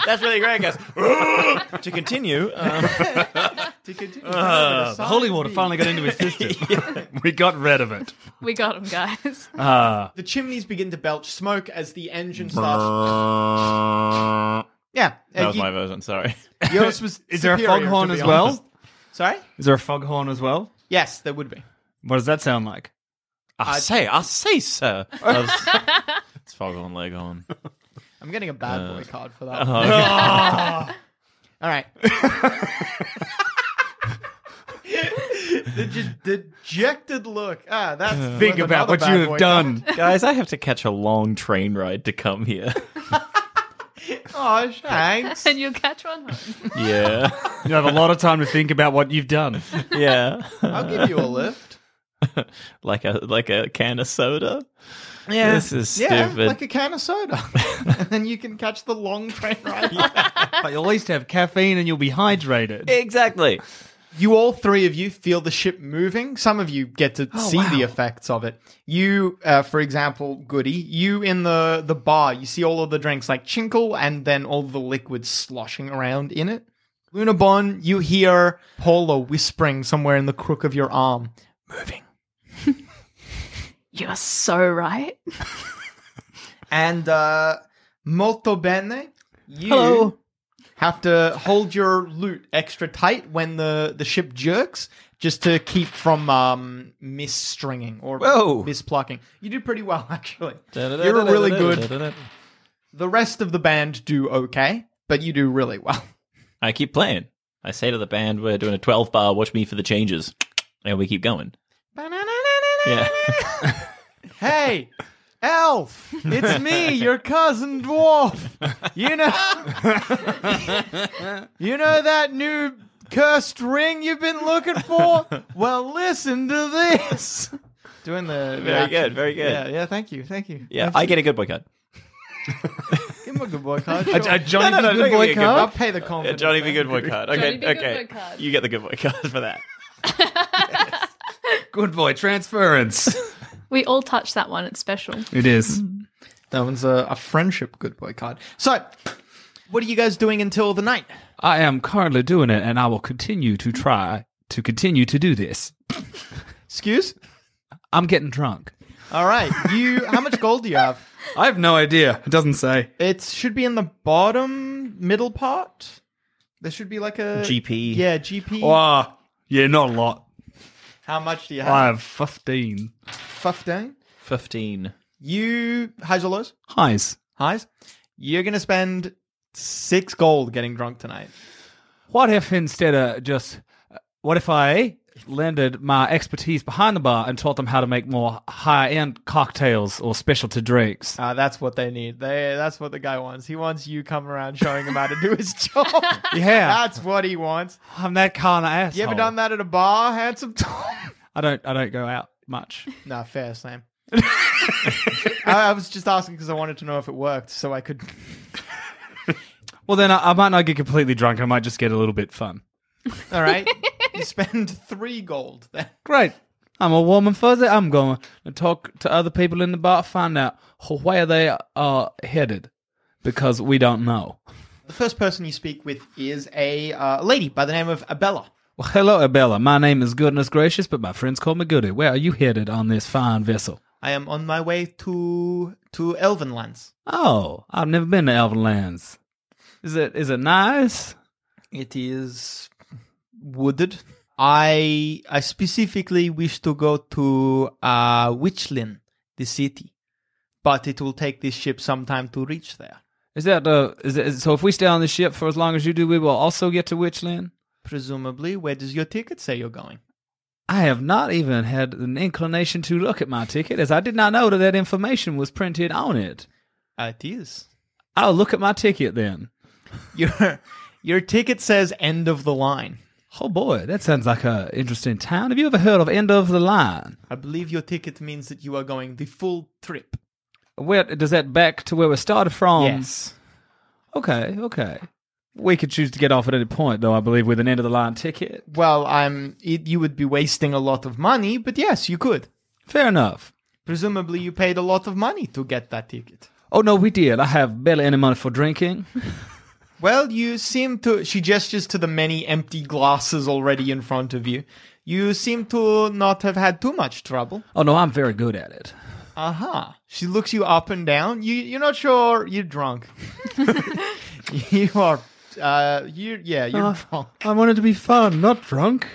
[SPEAKER 6] That's really great, guys. to continue, um,
[SPEAKER 4] to continue.
[SPEAKER 7] Ah,
[SPEAKER 5] Uh, The holy water finally got into his system.
[SPEAKER 7] we got rid of it.
[SPEAKER 2] We got him, guys.
[SPEAKER 7] Ah.
[SPEAKER 4] The chimneys begin to belch smoke as the engine starts. yeah,
[SPEAKER 6] that
[SPEAKER 4] uh,
[SPEAKER 6] was
[SPEAKER 4] you-
[SPEAKER 6] my version. Sorry.
[SPEAKER 4] yours was.
[SPEAKER 5] Is there a
[SPEAKER 4] superior, to
[SPEAKER 5] foghorn
[SPEAKER 4] be
[SPEAKER 5] as
[SPEAKER 4] honest.
[SPEAKER 5] well?
[SPEAKER 4] Sorry.
[SPEAKER 5] Is there a foghorn as well?
[SPEAKER 4] Yes, there would be.
[SPEAKER 5] What does that sound like?
[SPEAKER 6] I say, I say, sir. I was- it's foghorn leghorn.
[SPEAKER 4] I'm getting a bad boy card for that.
[SPEAKER 6] Oh, okay.
[SPEAKER 4] All right. the de- dejected look. Ah, that's
[SPEAKER 5] Think
[SPEAKER 4] worth
[SPEAKER 5] about
[SPEAKER 4] another
[SPEAKER 5] what
[SPEAKER 4] bad
[SPEAKER 5] you
[SPEAKER 4] boy
[SPEAKER 5] have done.
[SPEAKER 6] guys, I have to catch a long train ride to come here.
[SPEAKER 4] card. Oh, thanks.
[SPEAKER 2] and you'll catch one home.
[SPEAKER 6] Yeah,
[SPEAKER 5] You have a lot of time to think about what you've done.
[SPEAKER 6] yeah.
[SPEAKER 4] I'll give you a lift.
[SPEAKER 6] like a like a can of soda.
[SPEAKER 4] Yeah.
[SPEAKER 6] This is
[SPEAKER 4] Yeah,
[SPEAKER 6] stupid.
[SPEAKER 4] like a can of soda, and then you can catch the long train ride.
[SPEAKER 5] But you'll at least have caffeine and you'll be hydrated.
[SPEAKER 6] Exactly.
[SPEAKER 4] You all three of you feel the ship moving. Some of you get to see the effects of it. You, uh, for example, Goody, you in the the bar, you see all of the drinks like chinkle, and then all the liquids sloshing around in it. Lunabon, you hear Paula whispering somewhere in the crook of your arm.
[SPEAKER 2] You're so right.
[SPEAKER 4] And uh, molto bene, you have to hold your loot extra tight when the, the ship jerks, just to keep from um, misstringing or
[SPEAKER 6] Whoa.
[SPEAKER 4] misplucking. You do pretty well, actually. You're really good. The rest of the band do okay, but you do really well.
[SPEAKER 6] I keep playing. I say to the band, "We're doing a twelve bar. Watch me for the changes," and we keep going. Yeah.
[SPEAKER 4] Hey, elf, it's me, your cousin dwarf. You know, you know that new cursed ring you've been looking for. Well, listen to this. Doing the the
[SPEAKER 6] Very good,
[SPEAKER 4] action.
[SPEAKER 6] very good.
[SPEAKER 4] Yeah, yeah. Thank you, thank you.
[SPEAKER 6] Yeah, I get a good boy card.
[SPEAKER 4] Give him a good boy card.
[SPEAKER 7] A,
[SPEAKER 4] sure.
[SPEAKER 7] a Johnny
[SPEAKER 6] No, no, no,
[SPEAKER 7] B. Good
[SPEAKER 6] don't
[SPEAKER 7] Boy
[SPEAKER 6] give me a good
[SPEAKER 4] I'll
[SPEAKER 7] card?
[SPEAKER 4] pay the
[SPEAKER 6] A
[SPEAKER 4] confidence.
[SPEAKER 6] Johnny B.
[SPEAKER 4] man.
[SPEAKER 6] Good Boy card. Okay,
[SPEAKER 2] Johnny B. Good
[SPEAKER 6] okay.
[SPEAKER 2] Boy card.
[SPEAKER 6] You get the good boy card for that.
[SPEAKER 5] Good boy, transference.
[SPEAKER 2] We all touch that one. It's special.
[SPEAKER 5] it is.
[SPEAKER 4] Mm-hmm. That one's a, a friendship good boy card. So, what are you guys doing until the night?
[SPEAKER 5] I am currently doing it and I will continue to try to continue to do this.
[SPEAKER 4] Excuse?
[SPEAKER 5] I'm getting drunk.
[SPEAKER 4] All right. You. How much gold do you have?
[SPEAKER 5] I have no idea. It doesn't say.
[SPEAKER 4] It should be in the bottom middle part. There should be like a
[SPEAKER 6] GP.
[SPEAKER 4] Uh, Yeah, E. GP.
[SPEAKER 5] Oh, yeah, not a lot.
[SPEAKER 4] How much do you
[SPEAKER 5] I
[SPEAKER 4] have?
[SPEAKER 5] have 15.
[SPEAKER 4] Fifteen.
[SPEAKER 6] Fifteen.
[SPEAKER 4] You highs or lows?
[SPEAKER 5] Highs.
[SPEAKER 4] Highs. You're gonna spend six gold getting drunk tonight.
[SPEAKER 5] What if instead of just, uh, what if I landed my expertise behind the bar and taught them how to make more high end cocktails or specialty drinks?
[SPEAKER 4] Uh, that's what they need. They that's what the guy wants. He wants you coming around showing him how to do his job.
[SPEAKER 5] Yeah,
[SPEAKER 4] That's what he wants.
[SPEAKER 5] I'm that kind of asshole.
[SPEAKER 4] You ever done that at a bar, handsome Tom?
[SPEAKER 5] I don't. I don't go out much.
[SPEAKER 4] Nah, fair, Sam. I, I was just asking because I wanted to know if it worked, so I could.
[SPEAKER 5] Well, then I, I might not get completely drunk. I might just get a little bit fun.
[SPEAKER 4] All right, you spend three gold then.
[SPEAKER 5] Great. I'm a warm and fuzzy. I'm going to talk to other people in the bar, find out where they are headed, because we don't know.
[SPEAKER 4] The first person you speak with is a uh, lady by the name of Abella.
[SPEAKER 5] Well, hello, Abella. My name is Goodness Gracious, but my friends call me Goody. Where are you headed on this fine vessel?
[SPEAKER 4] I am on my way to to Elvenlands.
[SPEAKER 5] Oh, I've never been to Elvenlands. Is it is it nice?
[SPEAKER 4] It is wooded. I I specifically wish to go to uh, Wichlin, the city, but it will take this ship some time to reach there.
[SPEAKER 5] Is that uh is it is, so? If we stay on the ship for as long as you do, we will also get to Witchland.
[SPEAKER 4] Presumably, where does your ticket say you're going?
[SPEAKER 5] I have not even had an inclination to look at my ticket, as I did not know that that information was printed on it.
[SPEAKER 4] Uh, it is
[SPEAKER 5] I'll look at my ticket then.
[SPEAKER 4] your your ticket says end of the line.
[SPEAKER 5] Oh boy, that sounds like a interesting town. Have you ever heard of End of the Line?
[SPEAKER 4] I believe your ticket means that you are going the full trip.
[SPEAKER 5] Where does that back to where we started from? Okay, okay. We could choose to get off at any point, though, I believe, with an end of the line ticket.
[SPEAKER 4] Well, I'm. It, you would be wasting a lot of money, but yes, you could.
[SPEAKER 5] Fair enough.
[SPEAKER 4] Presumably, you paid a lot of money to get that ticket.
[SPEAKER 5] Oh, no, we did. I have barely any money for drinking.
[SPEAKER 4] Well, you seem to. She gestures to the many empty glasses already in front of you. You seem to not have had too much trouble.
[SPEAKER 5] Oh, no, I'm very good at it.
[SPEAKER 4] Aha. She looks you up and down. You, you're not sure. You're drunk. you are. Uh, you yeah, you're drunk.
[SPEAKER 5] Oh, I wanted to be fun, not drunk.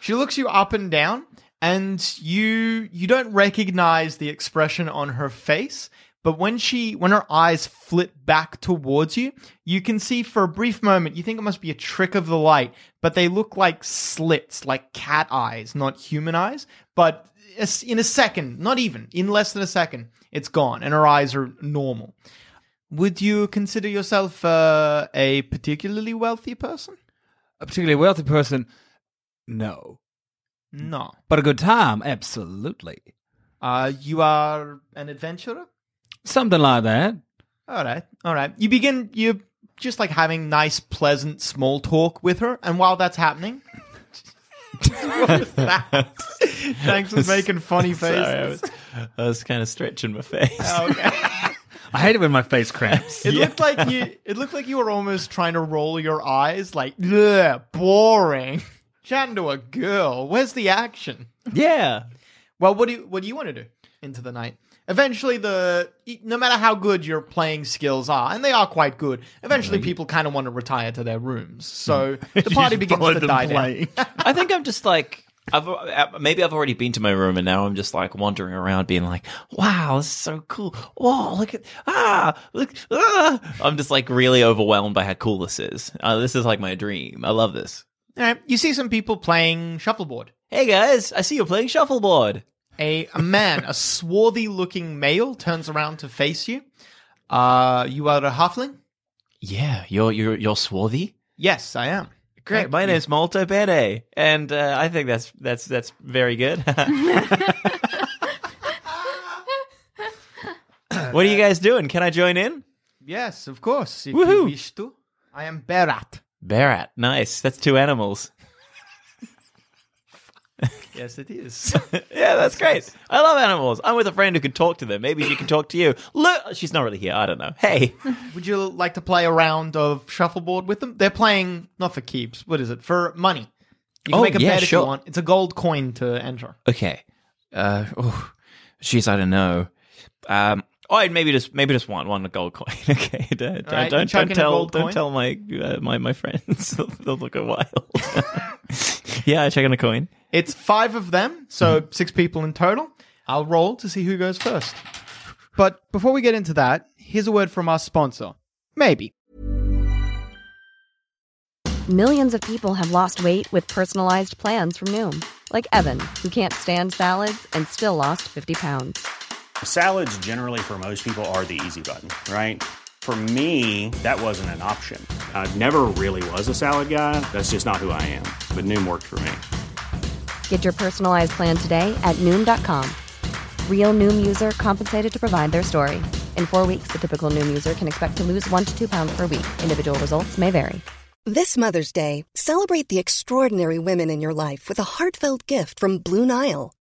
[SPEAKER 4] She looks you up and down, and you you don't recognize the expression on her face. But when she when her eyes flip back towards you, you can see for a brief moment you think it must be a trick of the light, but they look like slits, like cat eyes, not human eyes. But as- in a second, not even in less than a second, it's gone, and her eyes are normal. Would you consider yourself uh, a particularly wealthy person?
[SPEAKER 5] A particularly wealthy person, no.
[SPEAKER 4] No.
[SPEAKER 5] But a good time, absolutely.
[SPEAKER 4] Uh, you are an adventurer?
[SPEAKER 5] Something like that.
[SPEAKER 4] All right, all right. You begin. You just like having nice, pleasant small talk with her, and while that's happening, what was that? Thanks for making funny
[SPEAKER 6] Sorry, I
[SPEAKER 4] faces. Oh,
[SPEAKER 6] was, I was kind of stretching my face.
[SPEAKER 5] I hate it when my face cramps.
[SPEAKER 4] It looked like you. It looked like you were almost trying to roll your eyes, like "Ugh, boring. Chatting to a girl. Where's the action?
[SPEAKER 6] yeah.
[SPEAKER 4] Well, what do you, what do you want to do into the night? Eventually, the e, no matter how good your playing skills are, and they are quite good, eventually people kind of want to retire to their rooms. So
[SPEAKER 6] Hmm.
[SPEAKER 4] the party begins
[SPEAKER 7] follow
[SPEAKER 4] to
[SPEAKER 7] them
[SPEAKER 4] die
[SPEAKER 7] playing.
[SPEAKER 4] down.
[SPEAKER 6] I think I'm just like I've uh, maybe I've already been to my room and now I'm just like wandering around being like, wow, this is so cool. Whoa, look at ah, look ah. I'm just like really overwhelmed by how cool this is. Uh, this is like my dream. I love this.
[SPEAKER 4] All right, you see some people playing shuffleboard.
[SPEAKER 6] Hey guys, I see you're playing shuffleboard.
[SPEAKER 4] A, a man, a swarthy-looking male, turns around to face you. Uh, you are a halfling.
[SPEAKER 6] Yeah, you're you're you're swarthy.
[SPEAKER 4] Yes, I am.
[SPEAKER 6] Great. my name's Malto Bene, and uh, I think that's that's that's very good. what are you guys doing? Can I join in?
[SPEAKER 4] Yes, of course. If you
[SPEAKER 6] Woohoo.
[SPEAKER 4] wish to, I am Berat.
[SPEAKER 6] Barat, nice. That's two animals.
[SPEAKER 4] Yes, it is.
[SPEAKER 6] yeah, that's great. I love animals. I'm with a friend who can talk to them. Maybe she can talk to you. Look, she's not really here. I don't know. Hey,
[SPEAKER 4] Would you like to play a round of shuffleboard with them? They're playing not for keeps. What is it? For money. You can
[SPEAKER 6] Oh,
[SPEAKER 4] make a
[SPEAKER 6] yeah,
[SPEAKER 4] bet if
[SPEAKER 6] sure.
[SPEAKER 4] you want. It's a gold coin to enter.
[SPEAKER 6] okay. Uh, oh, she's. I don't know. Um. Oh, and maybe just maybe just one one gold coin. Okay, don't don't,
[SPEAKER 4] All right, you
[SPEAKER 6] don't,
[SPEAKER 4] chuck
[SPEAKER 6] don't
[SPEAKER 4] in a
[SPEAKER 6] tell
[SPEAKER 4] gold
[SPEAKER 6] don't
[SPEAKER 4] coin.
[SPEAKER 6] tell my uh, my my friends. they'll, they'll look a while. yeah, I check on a coin.
[SPEAKER 4] It's five of them, so six people in total. I'll roll to see who goes first. But before we get into that, here's a word from our sponsor. Maybe.
[SPEAKER 8] Millions of people have lost weight with personalized plans from Noom, like Evan, who can't stand salads and still lost 50 pounds.
[SPEAKER 9] Salads, generally, for most people, are the easy button, right? For me, that wasn't an option. I never really was a salad guy. That's just not who I am. But Noom worked for me.
[SPEAKER 8] Get your personalized plan today at Noom.com. Real Noom user compensated to provide their story. In four weeks, the typical Noom user can expect to lose one to two pounds per week. Individual results may vary.
[SPEAKER 10] This Mother's Day, celebrate the extraordinary women in your life with a heartfelt gift from Blue Nile.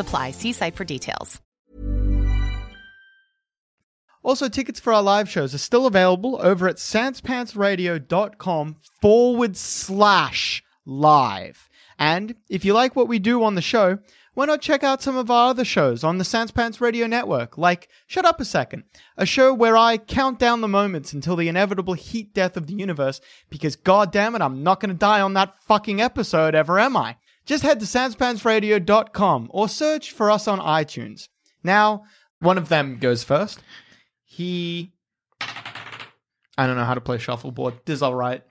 [SPEAKER 11] apply. See site for details.
[SPEAKER 4] Also, tickets for our live shows are still available over at sanspantsradio.com forward slash live. And if you like what we do on the show, why not check out some of our other shows on the Sans Pants Radio Network, like Shut Up a Second, a show where I count down the moments until the inevitable heat death of the universe, because goddammit, I'm not going to die on that fucking episode ever, am I? Just head to sanspantsradio.com or search for us on iTunes. Now, one of them goes first. He. I don't know how to play shuffleboard. This is alright.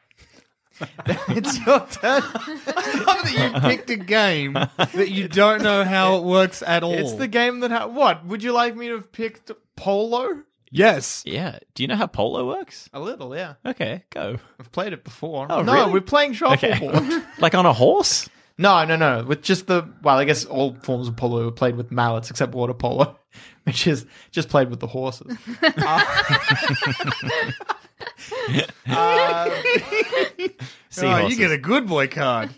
[SPEAKER 4] it's your turn. I love that you
[SPEAKER 12] picked a game that you don't know how it works at all.
[SPEAKER 4] It's the game that ha- what? Would you like me to have picked polo?
[SPEAKER 12] yes.
[SPEAKER 6] Yeah. Do you know how polo works?
[SPEAKER 4] A little, yeah.
[SPEAKER 6] Okay, go.
[SPEAKER 4] I've played it before.
[SPEAKER 6] Oh,
[SPEAKER 4] no,
[SPEAKER 6] really?
[SPEAKER 4] we're playing shuffleboard.
[SPEAKER 6] Okay. like on a horse?
[SPEAKER 4] No, no, no. With just the well, I guess all forms of polo are played with mallets except water polo, which is just played with the horses. Uh,
[SPEAKER 12] oh, you get a good boy card.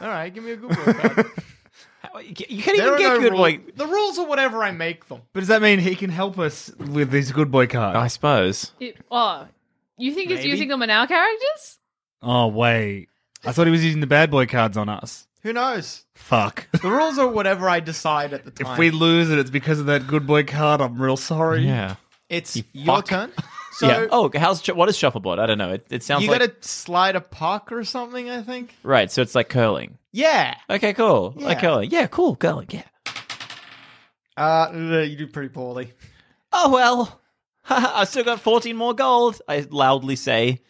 [SPEAKER 4] all right, give me a good boy card.
[SPEAKER 6] You can't
[SPEAKER 4] There
[SPEAKER 6] even
[SPEAKER 4] are
[SPEAKER 6] get
[SPEAKER 4] no
[SPEAKER 6] good
[SPEAKER 4] rules.
[SPEAKER 6] boy.
[SPEAKER 4] The rules are whatever I make them.
[SPEAKER 12] But does that mean he can help us with his good boy card?
[SPEAKER 6] I suppose.
[SPEAKER 2] It- oh, you think he's
[SPEAKER 12] Maybe.
[SPEAKER 2] using them on our characters?
[SPEAKER 12] Oh wait, I thought he was using the bad boy cards on us.
[SPEAKER 4] Who knows?
[SPEAKER 12] Fuck.
[SPEAKER 4] The rules are whatever I decide at the time.
[SPEAKER 12] If we lose it, it's because of that good boy card. I'm real sorry.
[SPEAKER 6] Yeah.
[SPEAKER 4] it's
[SPEAKER 6] You
[SPEAKER 4] your
[SPEAKER 6] fuck.
[SPEAKER 4] turn. So
[SPEAKER 6] yeah. Oh, how's sh- what is shuffleboard? I don't know. It, it sounds
[SPEAKER 4] you
[SPEAKER 6] like
[SPEAKER 4] got to slide a puck or something. I think.
[SPEAKER 6] right. So it's like curling.
[SPEAKER 4] Yeah.
[SPEAKER 6] Okay, cool.
[SPEAKER 4] Yeah.
[SPEAKER 6] Like curling. Yeah, cool. Curling. Yeah.
[SPEAKER 4] Uh, you do pretty poorly.
[SPEAKER 6] Oh well. I still got 14 more gold. I loudly say.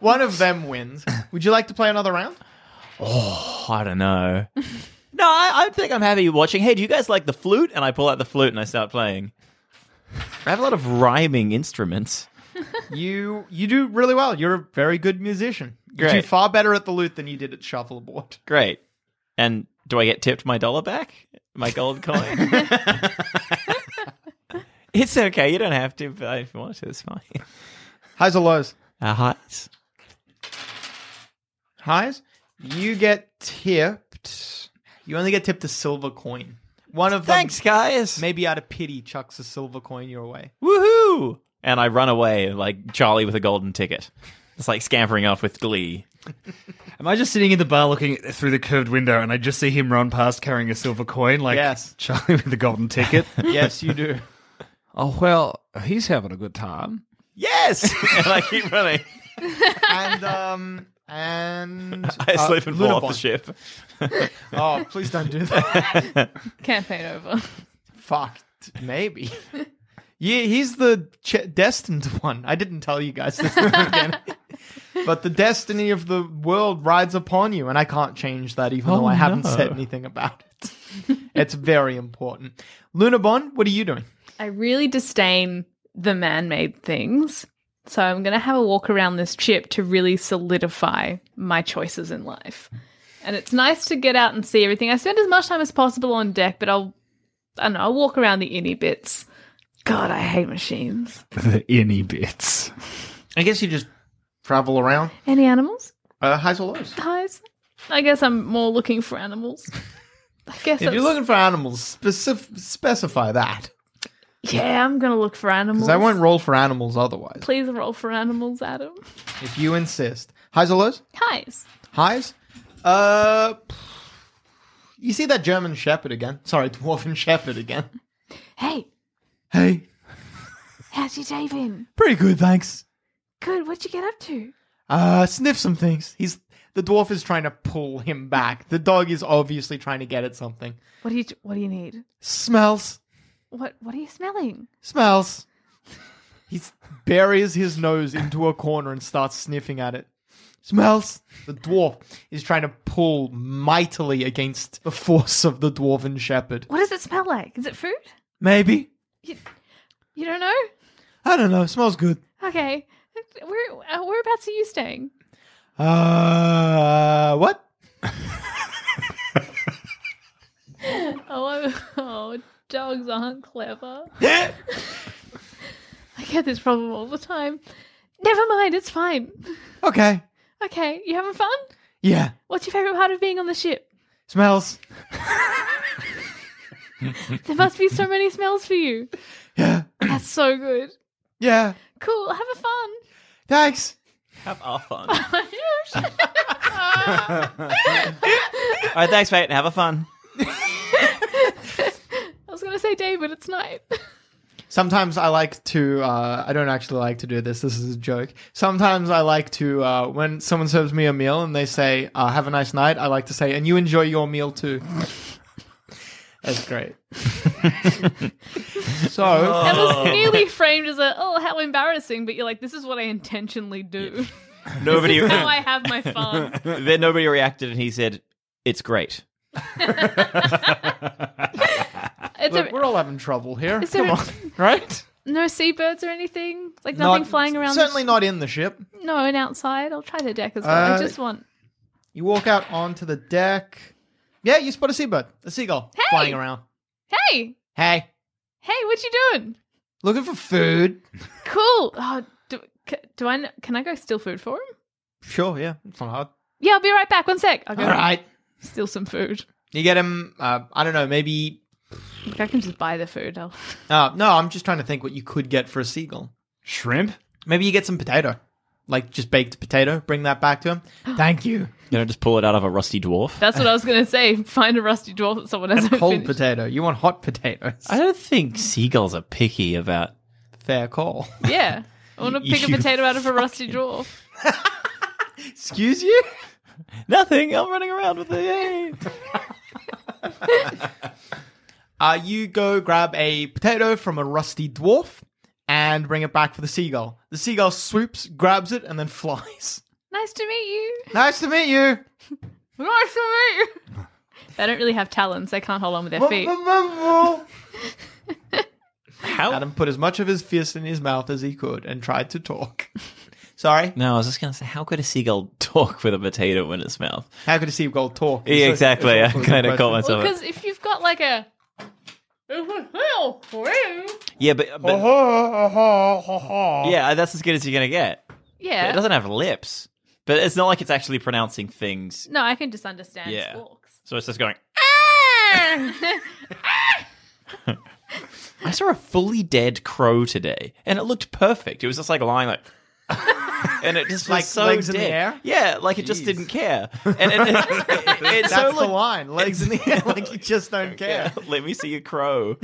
[SPEAKER 4] One of them wins. Would you like to play another round?
[SPEAKER 6] Oh, I don't know. no, I, I think I'm happy watching. Hey, do you guys like the flute? And I pull out the flute and I start playing. I have a lot of rhyming instruments.
[SPEAKER 4] You you do really well. You're a very good musician. You do
[SPEAKER 6] Great.
[SPEAKER 4] far better at the lute than you did at shuffleboard.
[SPEAKER 6] Great. And do I get tipped my dollar back? My gold coin? it's okay. You don't have to, but if you want to, it's fine.
[SPEAKER 4] Highs or lows?
[SPEAKER 6] Uh, highs.
[SPEAKER 4] Highs. You get tipped. You only get tipped a silver coin. One of
[SPEAKER 6] Thanks,
[SPEAKER 4] them,
[SPEAKER 6] guys.
[SPEAKER 4] maybe out of pity, chucks a silver coin your way.
[SPEAKER 6] Woohoo! And I run away like Charlie with a golden ticket. It's like scampering off with glee.
[SPEAKER 12] Am I just sitting in the bar looking through the curved window and I just see him run past carrying a silver coin like
[SPEAKER 4] Yes.
[SPEAKER 12] Charlie with the golden ticket?
[SPEAKER 4] Yes, you do.
[SPEAKER 5] Oh well, he's having a good time.
[SPEAKER 6] Yes! and I keep running.
[SPEAKER 4] and um and
[SPEAKER 6] I
[SPEAKER 4] uh,
[SPEAKER 6] slip and fall off the
[SPEAKER 4] Lunabon.
[SPEAKER 6] ship.
[SPEAKER 4] Oh, please don't do that.
[SPEAKER 2] Campaign over.
[SPEAKER 4] Fuck. Maybe. Yeah, he's the ch- destined one. I didn't tell you guys this again. but the destiny of the world rides upon you, and I can't change that even
[SPEAKER 6] Oh,
[SPEAKER 4] though I haven't
[SPEAKER 6] no.
[SPEAKER 4] said anything about it. it's very important. Lunabon, what are you doing?
[SPEAKER 2] I really disdain the man made things. So I'm going to have a walk around this ship to really solidify my choices in life. And it's nice to get out and see everything. I spend as much time as possible on deck, but I'll, I don't know, I'll walk around the innie bits. God, I hate machines.
[SPEAKER 12] the innie bits.
[SPEAKER 4] I guess you just travel around.
[SPEAKER 2] Any animals?
[SPEAKER 4] Uh, highs or lows?
[SPEAKER 2] Guys? I guess I'm more looking for animals. I guess
[SPEAKER 4] If
[SPEAKER 2] that's,
[SPEAKER 4] you're looking for animals, specif- specify that.
[SPEAKER 2] yeah, I'm going to look for animals.
[SPEAKER 4] Because I won't roll for animals otherwise.
[SPEAKER 2] Please roll for animals, Adam.
[SPEAKER 4] If you insist. Highs or lows?
[SPEAKER 2] Guys.
[SPEAKER 4] Highs. Uh, you see that German Shepherd again? Sorry, Dwarven Shepherd again.
[SPEAKER 2] Hey,
[SPEAKER 4] Hey,
[SPEAKER 2] how's your day been?
[SPEAKER 4] pretty good, thanks.
[SPEAKER 2] Good. What'd you get up to?
[SPEAKER 4] Uh, sniff some things. He's the dwarf is trying to pull him back. The dog is obviously trying to get at something.
[SPEAKER 2] What do you What do you need?
[SPEAKER 4] Smells,
[SPEAKER 2] What What are you smelling?
[SPEAKER 4] smells. He s- buries his nose into a corner and starts sniffing at it. Smells. The dwarf is trying to pull mightily against the force of the dwarven shepherd.
[SPEAKER 2] What does it smell like? Is it food?
[SPEAKER 4] Maybe
[SPEAKER 2] You don't know?
[SPEAKER 4] I don't know. Smells good.
[SPEAKER 2] Okay. Where uh, Whereabouts are you staying?
[SPEAKER 4] Uh, what?
[SPEAKER 2] Oh, I- oh, dogs aren't clever. I get this problem all the time. Never mind. It's fine.
[SPEAKER 4] Okay.
[SPEAKER 2] Okay. You having fun?
[SPEAKER 4] Yeah.
[SPEAKER 2] What's your favorite part of being on the ship?
[SPEAKER 4] Smells.
[SPEAKER 2] There must be so many smells for you.
[SPEAKER 4] Yeah.
[SPEAKER 2] That's so good.
[SPEAKER 4] Yeah.
[SPEAKER 2] Cool. Have a fun.
[SPEAKER 4] Thanks.
[SPEAKER 6] Have our fun. All right, thanks, mate. Have a fun.
[SPEAKER 2] I was going to say day, but it's night.
[SPEAKER 4] Sometimes I like to. Uh, I don't actually like to do this. This is a joke. Sometimes I like to uh, when someone serves me a meal and they say uh, "Have a nice night." I like to say, "And you enjoy your meal too." That's great. so
[SPEAKER 2] That
[SPEAKER 4] Oh.
[SPEAKER 2] was nearly framed as a oh how embarrassing, but you're like this is what I intentionally do.
[SPEAKER 6] Nobody.
[SPEAKER 2] this is how I have my fun.
[SPEAKER 6] then nobody reacted, and he said, "It's great."
[SPEAKER 4] Look, we're all having trouble here.
[SPEAKER 2] Is
[SPEAKER 4] Come
[SPEAKER 2] there-
[SPEAKER 4] on, right?
[SPEAKER 2] No seabirds or anything. Like nothing
[SPEAKER 4] Not-
[SPEAKER 2] flying around. the
[SPEAKER 4] Certainly
[SPEAKER 2] sh-
[SPEAKER 4] not in the ship.
[SPEAKER 2] No, and outside. I'll try the deck as well.
[SPEAKER 4] Uh,
[SPEAKER 2] I just want.
[SPEAKER 4] You walk out onto the deck. Yeah, you spot a seabird, a seagull
[SPEAKER 2] Hey!
[SPEAKER 4] flying around.
[SPEAKER 2] Hey,
[SPEAKER 4] Hey,
[SPEAKER 2] hey, what you doing?
[SPEAKER 4] looking for food?
[SPEAKER 2] Cool. Oh, do, c- do I? kn- Can I go steal food for him?
[SPEAKER 4] Sure, yeah, it's not hard.
[SPEAKER 2] Yeah, I'll be right back. One sec. I'll go
[SPEAKER 4] All right,
[SPEAKER 2] steal some food.
[SPEAKER 4] you get him. Uh, I don't know, maybe.
[SPEAKER 2] Like, I can just buy the food. I'll...
[SPEAKER 4] Uh, no, I'm just trying to think what you could get for a seagull. Shrimp? Maybe you get some potato, like just baked potato. Bring that back to him. Thank you.
[SPEAKER 6] You know, just pull it out of a rusty dwarf.
[SPEAKER 2] That's what I was gonna say. Find a rusty dwarf that someone hasn't
[SPEAKER 4] Cold
[SPEAKER 2] finished.
[SPEAKER 4] potato. You want hot potatoes?
[SPEAKER 6] I don't think seagulls are picky about.
[SPEAKER 4] Fair call.
[SPEAKER 2] Yeah, I want to pick a
[SPEAKER 6] You
[SPEAKER 2] potato out of a rusty dwarf.
[SPEAKER 4] Excuse you?
[SPEAKER 6] Nothing. I'm running around with it.
[SPEAKER 4] Uh, you go grab a potato from a rusty dwarf and bring it back for the seagull. The seagull swoops, grabs it, and then flies.
[SPEAKER 2] Nice to meet you.
[SPEAKER 4] nice to meet you.
[SPEAKER 2] Nice to meet you. They don't really have talons. They can't hold on with their feet.
[SPEAKER 6] How?
[SPEAKER 4] Adam put as much of his fist in his mouth as he could and tried to talk. Sorry.
[SPEAKER 6] No, I was just gonna say, how could a seagull talk with a potato in its mouth?
[SPEAKER 4] How could a seagull talk?
[SPEAKER 6] Yeah,
[SPEAKER 4] It's a-
[SPEAKER 6] exactly.
[SPEAKER 4] it's
[SPEAKER 6] I
[SPEAKER 4] a-
[SPEAKER 6] kind of caught
[SPEAKER 2] Well,
[SPEAKER 6] myself.
[SPEAKER 2] because if you've got like a.
[SPEAKER 6] yeah, but,
[SPEAKER 12] oh,
[SPEAKER 6] but
[SPEAKER 4] yeah,
[SPEAKER 6] yeah, that's as good as you're gonna get.
[SPEAKER 2] Yeah.
[SPEAKER 6] It doesn't have lips, but it's not like it's actually pronouncing things.
[SPEAKER 2] No, I can just understand
[SPEAKER 6] Yeah.
[SPEAKER 2] squawk.
[SPEAKER 6] So it's just going.
[SPEAKER 2] Ah!
[SPEAKER 6] I saw a fully dead crow today, and it looked perfect. It was just like lying like, and it just was
[SPEAKER 4] Like
[SPEAKER 6] so
[SPEAKER 4] legs in the
[SPEAKER 6] dead.
[SPEAKER 4] air?
[SPEAKER 6] Yeah, like it just
[SPEAKER 4] Jeez.
[SPEAKER 6] didn't care. And it, it, it- it's so
[SPEAKER 4] That's the
[SPEAKER 6] like-
[SPEAKER 4] line. Legs in the air, like you just don't care.
[SPEAKER 6] Let me see you crow.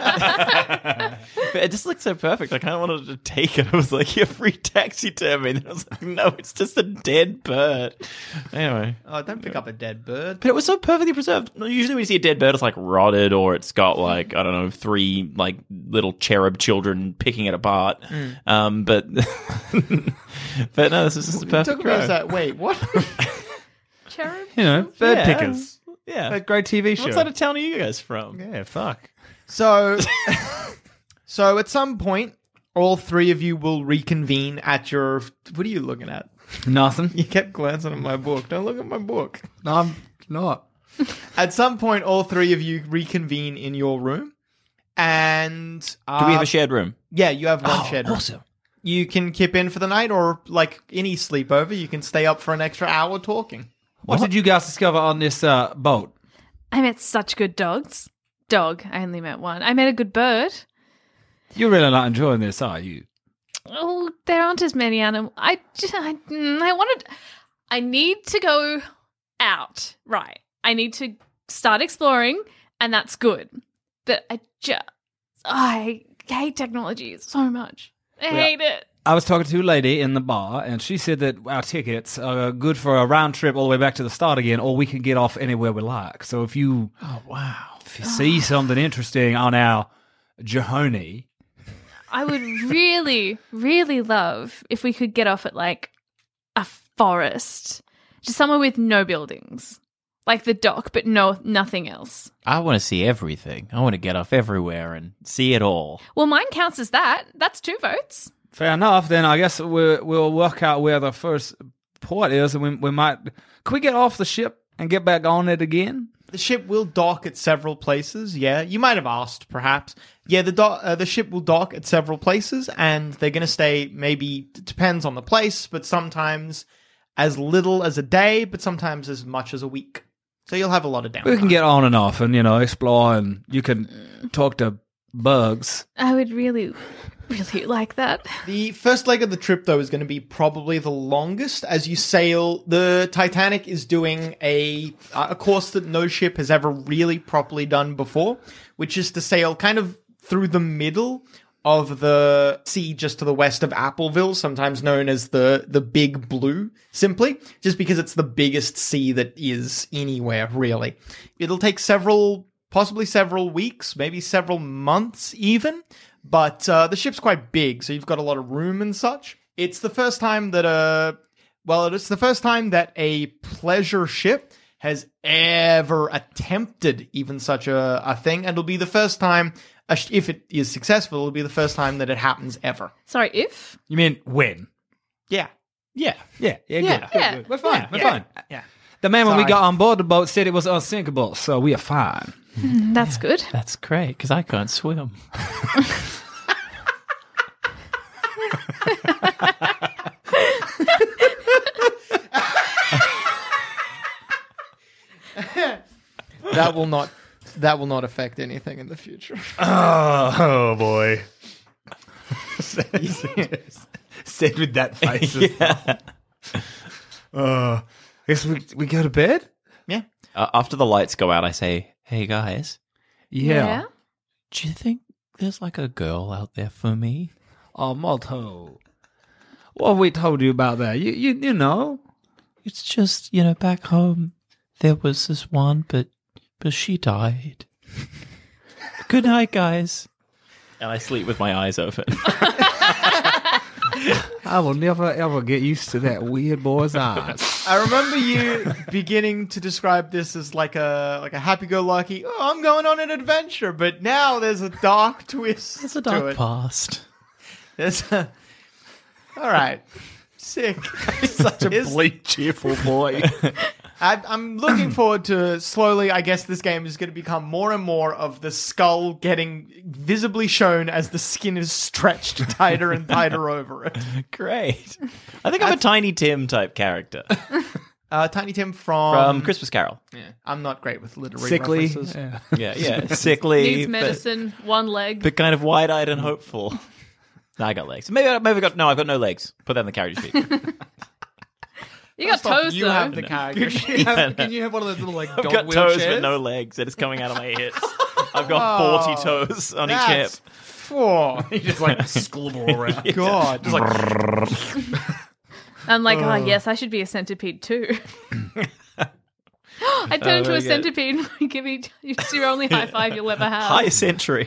[SPEAKER 6] Um, but it just looked so perfect. I kind of wanted to take it. I was like, "You're free taxi to me." And I was like, "No, it's just a dead bird." Anyway,
[SPEAKER 4] Oh, don't pick up a dead bird.
[SPEAKER 6] but it was so perfectly preserved. Usually, when you see a dead bird, it's like rotted, or it's got like I don't know, three like little cherub children picking it apart.
[SPEAKER 4] Mm.
[SPEAKER 6] Um, but but no, this is just a perfect.
[SPEAKER 4] Took me as
[SPEAKER 6] crow.
[SPEAKER 4] that. Wait, what?
[SPEAKER 2] Cherub?
[SPEAKER 6] You know,
[SPEAKER 12] bird
[SPEAKER 6] Yeah.
[SPEAKER 12] pickers.
[SPEAKER 6] Yeah,
[SPEAKER 12] That great TV show.
[SPEAKER 6] What side of town are you guys from?
[SPEAKER 12] Yeah, fuck.
[SPEAKER 4] So, so at some point, all three of you will reconvene at your. What are you looking at?
[SPEAKER 5] Nothing.
[SPEAKER 4] You kept glancing at my book. Don't look at my book.
[SPEAKER 5] No, I'm not.
[SPEAKER 4] At some point, all three of you reconvene in your room, and
[SPEAKER 6] Do we have
[SPEAKER 4] uh,
[SPEAKER 6] a shared room?
[SPEAKER 4] Yeah, you have one
[SPEAKER 6] Oh,
[SPEAKER 4] shed. room.
[SPEAKER 6] awesome.
[SPEAKER 4] You can kip in for the night, or like any sleepover, you can stay up for an extra hour talking.
[SPEAKER 5] What, did you guys discover on this uh, boat?
[SPEAKER 2] I met such good dogs. Dog. I only met one. I met a good bird.
[SPEAKER 5] You're really not enjoying this, are you?
[SPEAKER 2] Oh, there aren't as many animals. I just, I, mm, I wanted. I need to go out. Right. I need to start exploring, and that's good. But I just, I hate technology so much. I
[SPEAKER 5] Yeah.
[SPEAKER 2] hate it.
[SPEAKER 5] I was talking to a lady in the bar, and she said that our tickets are good for a round trip all the way back to the start again, or we can get off anywhere we like. So if you,
[SPEAKER 6] oh wow,
[SPEAKER 5] if you see something interesting on our Jehoni,
[SPEAKER 2] I would really, really love if we could get off at like a forest, just somewhere with no buildings, like the dock, but no nothing else.
[SPEAKER 6] I want to see everything. I want to get off everywhere and see it all.
[SPEAKER 2] Well, mine counts as that. That's two votes.
[SPEAKER 5] fair enough. Then I guess we'll we'll work out where the first port is, and we we might. Can we get off the ship and get back on it again?
[SPEAKER 4] The ship will dock at several places. Yeah, you might have asked, perhaps. Yeah, the do- uh, the ship will dock at several places, and they're going to stay. Maybe it depends on the place, but sometimes as little as a day, but sometimes as much as a week. So you'll have a lot of downtime.
[SPEAKER 5] We can get on and off, and you know, explore, and you can talk to bugs.
[SPEAKER 2] I would really, really like that.
[SPEAKER 4] The first leg of the trip, though, is going to be probably the longest as you sail. The Titanic is doing a uh, a course that no ship has ever really properly done before, which is to sail kind of through the middle of the sea just to the west of Appleville, sometimes known as the the Big Blue, simply just because it's the biggest sea that is anywhere really. It'll take several, possibly several weeks, maybe several months even, but uh, the ship's quite big, so you've got a lot of room and such. It's the first time that a well, it's the first time that a pleasure ship has ever attempted even such a, a thing, and it'll be the first time, a sh- if it is successful, it'll be the first time that it happens ever.
[SPEAKER 2] Sorry, if
[SPEAKER 12] You mean when?
[SPEAKER 4] Yeah.
[SPEAKER 12] Yeah. Yeah.
[SPEAKER 2] Yeah,
[SPEAKER 12] Yeah. good,
[SPEAKER 2] yeah,
[SPEAKER 12] good, good. We're fine.
[SPEAKER 2] yeah,
[SPEAKER 12] We're
[SPEAKER 2] yeah.
[SPEAKER 12] fine.
[SPEAKER 4] Yeah.
[SPEAKER 5] The man when we
[SPEAKER 12] Sorry.
[SPEAKER 5] got on board the boat said it was unsinkable, so we are fine.
[SPEAKER 2] Mm, that's good.
[SPEAKER 6] That's great because I can't swim.
[SPEAKER 4] That will not that will not affect anything in the future.
[SPEAKER 12] Oh, oh boy. Said with that face. yeah. Uh, I guess we, we go to bed?
[SPEAKER 6] Uh, after the lights go out, I say, "Hey guys,
[SPEAKER 5] Yeah.
[SPEAKER 6] do you think there's like a girl out there for me?"
[SPEAKER 5] Oh, Molto. What have we told you about that? You you, you know.
[SPEAKER 6] It's just you know back home there was this one, but but she died. Good night, guys. And I sleep with my eyes open.
[SPEAKER 5] I will never ever get used to that weird boy's eyes.
[SPEAKER 4] I remember you beginning to describe this as like a like a happy-go-lucky. Oh, I'm going on an adventure, but now there's a dark twist. There's a to
[SPEAKER 6] Dark
[SPEAKER 4] it.
[SPEAKER 6] past.
[SPEAKER 4] There's a- all right, sick.
[SPEAKER 12] Such a
[SPEAKER 4] Is-
[SPEAKER 12] bleak, cheerful boy.
[SPEAKER 4] I, I'm looking forward to slowly. I guess this game is going to become more and more of the skull getting visibly shown as the skin is stretched tighter and tighter over it.
[SPEAKER 6] Great. I think I'm a Tiny Tim type character
[SPEAKER 4] Uh, Tiny Tim from
[SPEAKER 6] from Christmas Carol.
[SPEAKER 4] Yeah, I'm not great with literary
[SPEAKER 5] Sickly.
[SPEAKER 4] references.
[SPEAKER 5] Yeah.
[SPEAKER 6] Yeah, yeah, sickly,
[SPEAKER 2] Needs
[SPEAKER 6] but-
[SPEAKER 2] medicine, one leg.
[SPEAKER 6] but kind of wide-eyed and hopeful. No, I got legs. Maybe, I- maybe I got no. I've got no legs. Put that in the character sheet.
[SPEAKER 2] you got
[SPEAKER 4] First off,
[SPEAKER 2] toes
[SPEAKER 4] you
[SPEAKER 2] though.
[SPEAKER 4] have the character.
[SPEAKER 12] Can you have, can you have one of those little like
[SPEAKER 6] I've
[SPEAKER 12] dog
[SPEAKER 6] got toes
[SPEAKER 12] wheelchairs?
[SPEAKER 6] but no legs, and it's coming out of my hips. I've got forty toes on each hip.
[SPEAKER 4] That's four.
[SPEAKER 12] Oh, You just like squabble around.
[SPEAKER 4] God.
[SPEAKER 6] Just like
[SPEAKER 2] I'm like, oh yes, I should be a centipede too. I turn
[SPEAKER 6] Oh,
[SPEAKER 2] into
[SPEAKER 6] very
[SPEAKER 2] a
[SPEAKER 6] good.
[SPEAKER 2] centipede. and Give me it's your only high five you'll ever have.
[SPEAKER 6] high century.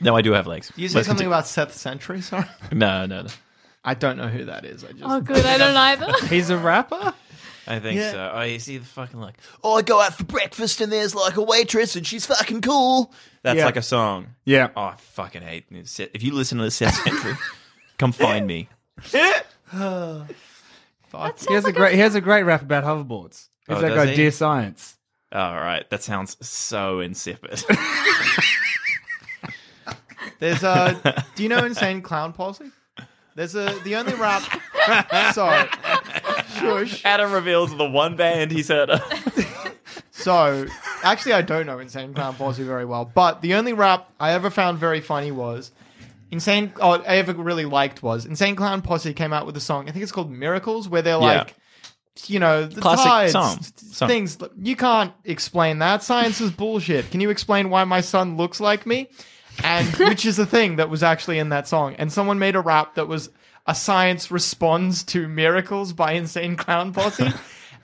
[SPEAKER 6] no, I do have legs.
[SPEAKER 4] You said
[SPEAKER 6] Let's
[SPEAKER 4] something
[SPEAKER 6] continue.
[SPEAKER 4] about Seth Sentry, sorry.
[SPEAKER 6] No, no, no.
[SPEAKER 4] I don't know who that is. I just
[SPEAKER 2] Oh, good. I don't either.
[SPEAKER 5] He's a rapper?
[SPEAKER 6] I think
[SPEAKER 4] Yeah.
[SPEAKER 6] so. Oh, you see the fucking like.
[SPEAKER 13] Oh, I go out for breakfast and there's like a waitress and she's fucking cool.
[SPEAKER 6] That's
[SPEAKER 12] Yeah.
[SPEAKER 6] like a song.
[SPEAKER 12] Yeah.
[SPEAKER 6] Oh, I fucking hate this. If you listen to the Seth Century, come find me.
[SPEAKER 4] Fuck.
[SPEAKER 5] He has a great he has a great rap about hoverboards. He's
[SPEAKER 6] Oh,
[SPEAKER 5] that
[SPEAKER 6] does
[SPEAKER 5] guy
[SPEAKER 6] he?
[SPEAKER 5] Dear Science.
[SPEAKER 6] All right, that sounds so insipid.
[SPEAKER 4] There's a. Do you know Insane Clown Posse? There's a. The only rap. sorry. Shush.
[SPEAKER 6] Adam reveals the one band uh, he's heard of.
[SPEAKER 4] So, actually, I don't know Insane Clown Posse very well, but the only rap I ever found very funny was Insane. Oh, I ever really liked was Insane Clown Posse came out with a song. I think it's called Miracles, where they're
[SPEAKER 6] Yeah.
[SPEAKER 4] like, you know, the tides,
[SPEAKER 6] Classic song.
[SPEAKER 4] t- t-
[SPEAKER 6] Song.
[SPEAKER 4] things. You can't explain that. Science is bullshit. Can you explain why my son looks like me? And which is the thing that was actually in that song. And someone made a rap that was a science responds to miracles by Insane Clown Posse.